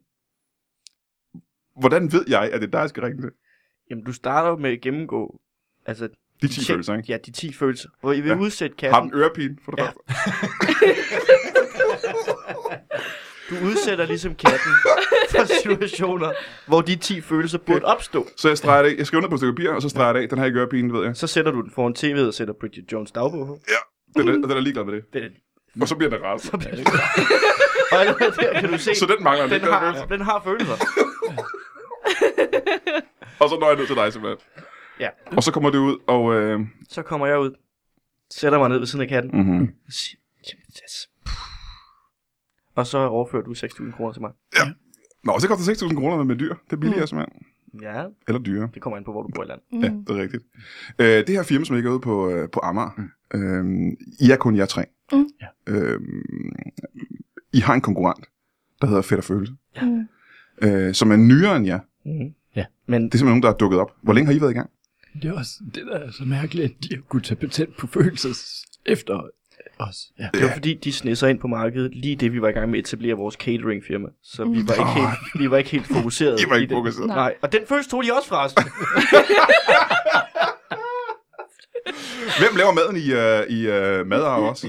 Hvordan ved jeg, at det er dig, jeg skal ringe til? Jamen, du starter jo med at gennemgå... Altså, De 10 følelser, ikke? Ja, de 10 følelser. Hvor I vil Ja. ja. udsætte Har den katten. ørepine, for det ja. Ja. første? Du udsætter ligesom katten for situationer, hvor de 10 følelser burde opstå. Så jeg streger det af. Jeg skriver ned på et stykke papir, og så streger jeg det af. Den har ikke ørepine, ved jeg. Så sætter du den foran tv'et og sætter Bridget Jones dagbog på. Den Mm. er, den er ligeglad med det. Den er- Og så bliver den ret. Og allerede der kan du se, Så den mangler den, den, den har, følelse. den har følelser. Og så når jeg ned til dig, simpelthen. Ja. Og så kommer det ud, og... Øh, Så kommer jeg ud, sætter mig ned ved siden af katten, mm-hmm. og siger, "Jamen, altså, puh." og så overfører du 6.000 kroner til mig. Nå, så koster 6.000 kroner med dyr. Det er billigere, mm. simpelthen. Ja, Eller dyre. det kommer an på, hvor du bor i landet. Mm. Ja, det er rigtigt. Øh, det her firma, som ligger ude på, øh, på Amager, mm. øh, I er kun jer tre. Mm. Øh, I har en konkurrent, der hedder Fedt og Følelse, Mm. øh, som er nyere end jer. Mm-hmm. Ja. Men Det er simpelthen nogen, der er dukket op. Hvor længe har I været i gang? Det er også det, der er så mærkeligt, at de har kunnet tage patent på følelser efter os. Ja. det var fordi, de snisser ind på markedet, lige det vi var i gang med at etablere vores cateringfirma. Så vi Mm. var ikke helt, vi var ikke helt fokuseret. I var ikke det. fokuseret. Nej. Nej, og den følelse tog de også fra os. Hvem laver maden i, øh, i øh, mad og også?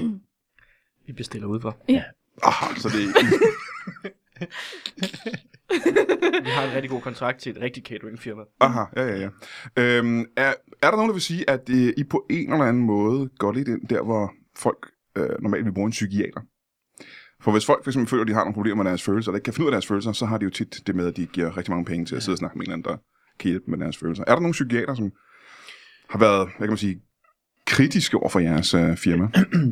vi bestiller udefra. Ah, så det er Vi har en rigtig god kontrakt til et rigtigt cateringfirma. Aha, ja, ja, ja. Øhm, er, er der nogen, der vil sige, at øh, I på en eller anden måde går lidt ind der, hvor folk øh, normalt vil bruge en psykiater? For hvis folk fx føler, at de har nogle problemer med deres følelser, eller ikke kan finde ud af deres følelser, så har de jo tit det med, at de giver rigtig mange penge til at sidde og snakke med en eller anden, der kan hjælpe med deres følelser. Er der nogen psykiater, som har været, hvad kan man sige, kritiske over for jeres øh, firma?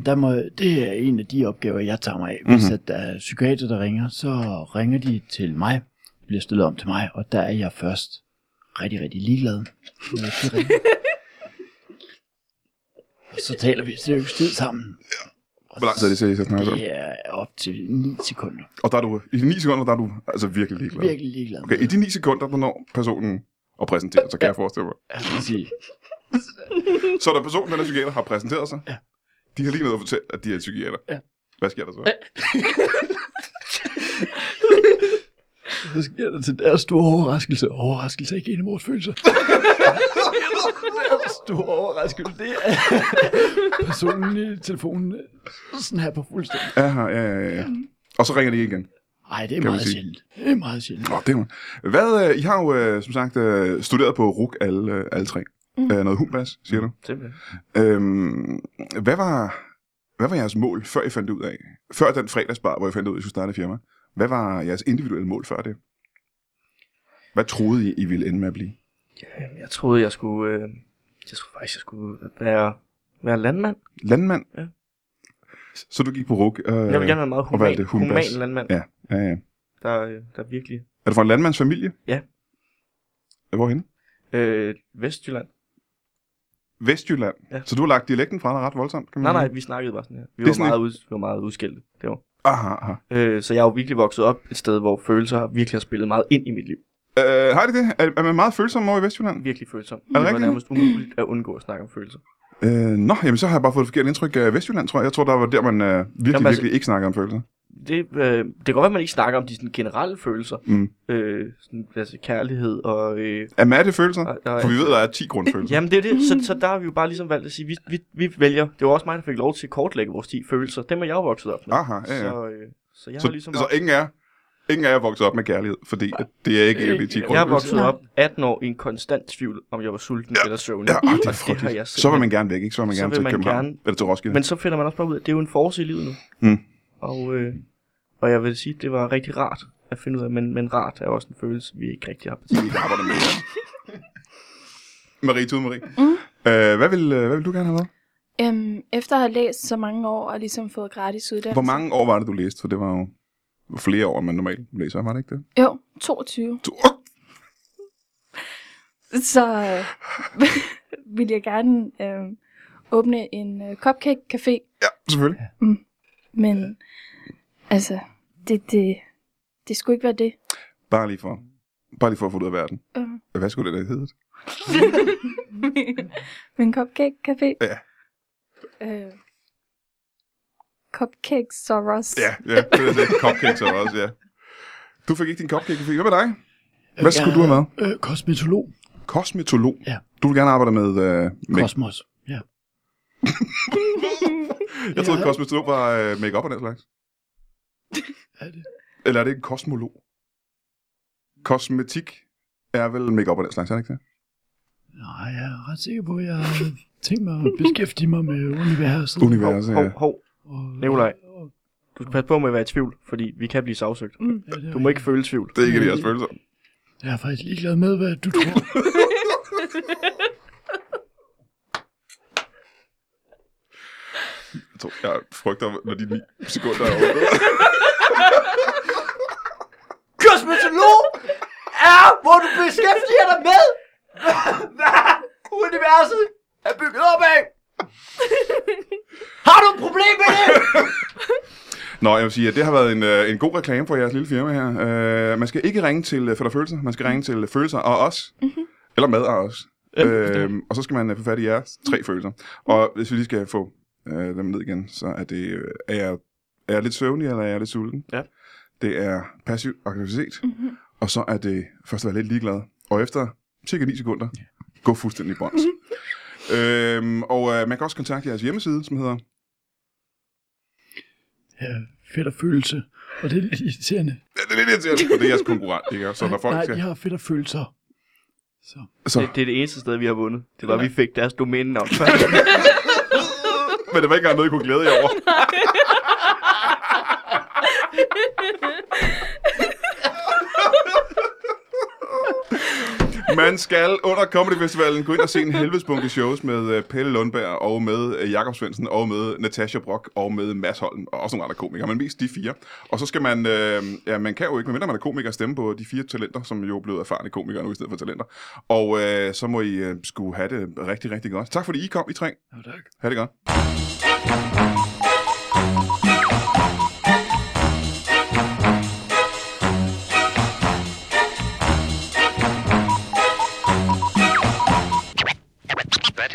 Der må, det er en af de opgaver, jeg tager mig af. Hvis Mhm. mm-hmm. at der er psykiater, der ringer, så ringer de til mig, bliver stillet om til mig, og der er jeg først rigtig, rigtig ligeglad. når de ringer. og så taler vi seriøst tid sammen. Hvor lang tid er det, til I så snakker sammen? Det er op til 9 sekunder. Og der er du, i de 9 sekunder, der er du altså virkelig ligeglad. Virkelig ligeglad. Okay, i de 9 sekunder, der når personen og præsenterer, så kan jeg forestille mig. Jeg vil sige, Så da personen, den er psykiater, har præsenteret sig, ja. de har lige noget at fortælle, at de er psykiater. Ja. Hvad sker der så? Så sker der til deres store overraskelse. Overraskelse er ikke en af vores følelser. deres store overraskelse, det er personen i telefonen øh, snapper fuldstændig. Ja, ja, ja, ja, ja. Og så ringer de igen. Nej, det er man meget sige. sjældent. Det er meget sjældent. Nå, det er hun. Hvad, øh, I har jo, øh, som sagt, øh, studeret på RUK alle, øh, alle tre. Mm. Øh, noget hundbas, siger du. Simpelthen. Øhm, hvad, var, hvad var jeres mål, før I fandt ud af, før den fredagsbar, hvor I fandt ud af, at I skulle starte et firma? Hvad var jeres individuelle mål før det? Hvad troede I, I ville ende med at blive? Jamen, Jeg troede, jeg skulle... Øh, jeg troede faktisk, jeg skulle være, være landmand. Landmand? Ja. Så du gik på RUK? Øh, Jeg vil gerne være en meget og valgte human, human hundebas. landmand, Ja, ja, ja. der, øh, der virkelig... Er du fra en landmandsfamilie? Ja. Hvorhen? Øh, Vestjylland. Vestjylland. Ja. Så du har lagt dialekten fra dig ret voldsomt, kan man Nej, nej, sige? vi snakkede bare sådan her. Vi Mm. Det er var, sådan meget, ud, vi var meget udskilte. Det var. Aha, aha. Øh, så jeg er jo virkelig vokset op et sted, hvor følelser har virkelig har spillet meget ind i mit liv. Øh, har de det? Er, er man meget følsom over i Vestjylland? Virkelig følsom. det det var rigtigt? nærmest umuligt at undgå at snakke om følelser. Øh, nå, jamen så har jeg bare fået et forkert indtryk af Vestjylland, tror jeg. Jeg tror, der var der, man øh, virkelig, Jamen, jamen, altså- virkelig ikke snakker om følelser. Det, øh, det kan godt være, at man ikke snakker om de sådan, generelle følelser. Mm. Øh, sådan, altså kærlighed og... Øh, Er matte følelser? og, og For vi ved, der er 10 grundfølelser. Jamen det er det, så, så der har vi jo bare ligesom valgt at sige, vi, vi, vi vælger, det var også mig, der fik lov til at kortlægge vores 10 følelser, dem er jeg jo vokset op med. Aha, Ah, ja, ja. Så, øh, så jeg så, altså, har ligesom så ingen er, ingen er vokset op med kærlighed, fordi at det er ikke en af de 10 jeg er grundfølelser. vokset op 18 år i en konstant tvivl, om jeg var sulten ja. eller søvnig. Ja, åh, det Og er det har jeg frygteligt. Så vil man simpelthen- gerne væk, ikke? Så vil man Så gerne vil til man København. gerne- Eller til Roskilde. Men så finder man også bare ud af, at det er jo en force i livet nu. Mm. Og, øh, og jeg vil sige, det var rigtig rart at finde ud af, men, men rart er også en følelse, vi ikke rigtig har på Vi arbejder med det. Marie Tude Marie. Mm. Øh, hvad, vil, øh, hvad vil du gerne have været? Øhm, efter at have læst så mange år og ligesom fået gratis uddannelse. Hvor mange år var det, du læste? For det var jo flere år, end man normalt læser, var det ikke det? Jo, 22. Du, Så øh, ville jeg gerne øh, åbne en øh, cupcake-café, ja, selvfølgelig. men altså, det, det, det skulle ikke være det. Bare lige for, bare lige for at få det ud af verden. Øh, Hvad skulle det da hedde? min cupcake-café. Ja. Øh, cupcake Soros. Ja, ja, det er det. Cupcakes er der også, ja. Du fik ikke din cupcake, fik. Hvad med dig? Hvad skulle du have været? Øh, kosmetolog. Kosmetolog. Ja. Du vil gerne arbejde med... Øh, make- Kosmos. Ja. jeg troede, Ja. kosmetolog var øh, make-up og den slags. Er det? Eller er det en kosmolog? Kosmetik er vel make-up og den slags, er det ikke det? Nej, jeg er ret sikker på, at jeg har tænkt mig at beskæftige mig med universet. Universet, hov, ja. hov, og, Nikolaj. og- Du skal passe på med at være i tvivl, fordi vi kan blive sagsøgt. ja, det er Du må ikke føle tvivl. Det er ikke det, jeg følelser. rigtigt. Jeg er faktisk ligeglad med, hvad du tror. Jeg, tror, jeg frygter, når de 9 sekunder er over. Kosmetolog er, hvor du beskæftiger dig med, hvad universet er bygget op af. Har du et problem med det? Nå, jeg vil sige, at det har været en, øh, en god reklame for jeres lille firma her. Øh, man skal ikke ringe til øh, Fætter Følelser, man skal ringe til øh, Følelser og os. Mm-hmm. Eller Mad og os. Øh, og så skal man øh, få fat i jeres tre følelser. Og hvis vi lige skal få øh, dem ned igen, så er det, øh, er, jeg, er jeg lidt søvnig, eller er jeg lidt sulten? Ja. Det er passiv aggressivitet. Mm-hmm. Og så er det først at være lidt ligeglad. Og efter cirka 9 sekunder, gå fuldstændig i brons. øhm, og øh, man kan også kontakte jeres hjemmeside, som hedder... Ja, fedt og følelse. Og det er lidt irriterende. Det er lidt irriterende, for det er jeres konkurrent, ikke? Så når folk Nej, skal... jeg har fedt og følelser. Så. Så, Det, det er det eneste sted, vi har vundet. Det var, at vi fik deres domæne om. men det var ikke engang noget, I kunne glæde jer over. Man skal under Comedy Festivalen gå ind og se en helvedes bunke shows med øh, Pelle Lundberg og med øh, Jakob Svendsen og med Natasha Brock og med Mads Holm og også nogle andre komikere, men mest de fire. Og så skal man, øh, ja, man kan jo ikke, medmindre man er komiker, stemme på de fire talenter, som jo er blevet erfarne komikere nu i stedet for talenter. Og øh, så må I øh, skulle have det rigtig, rigtig godt. Tak fordi I kom, I tre. Jo, tak. Ha' det godt. Hvad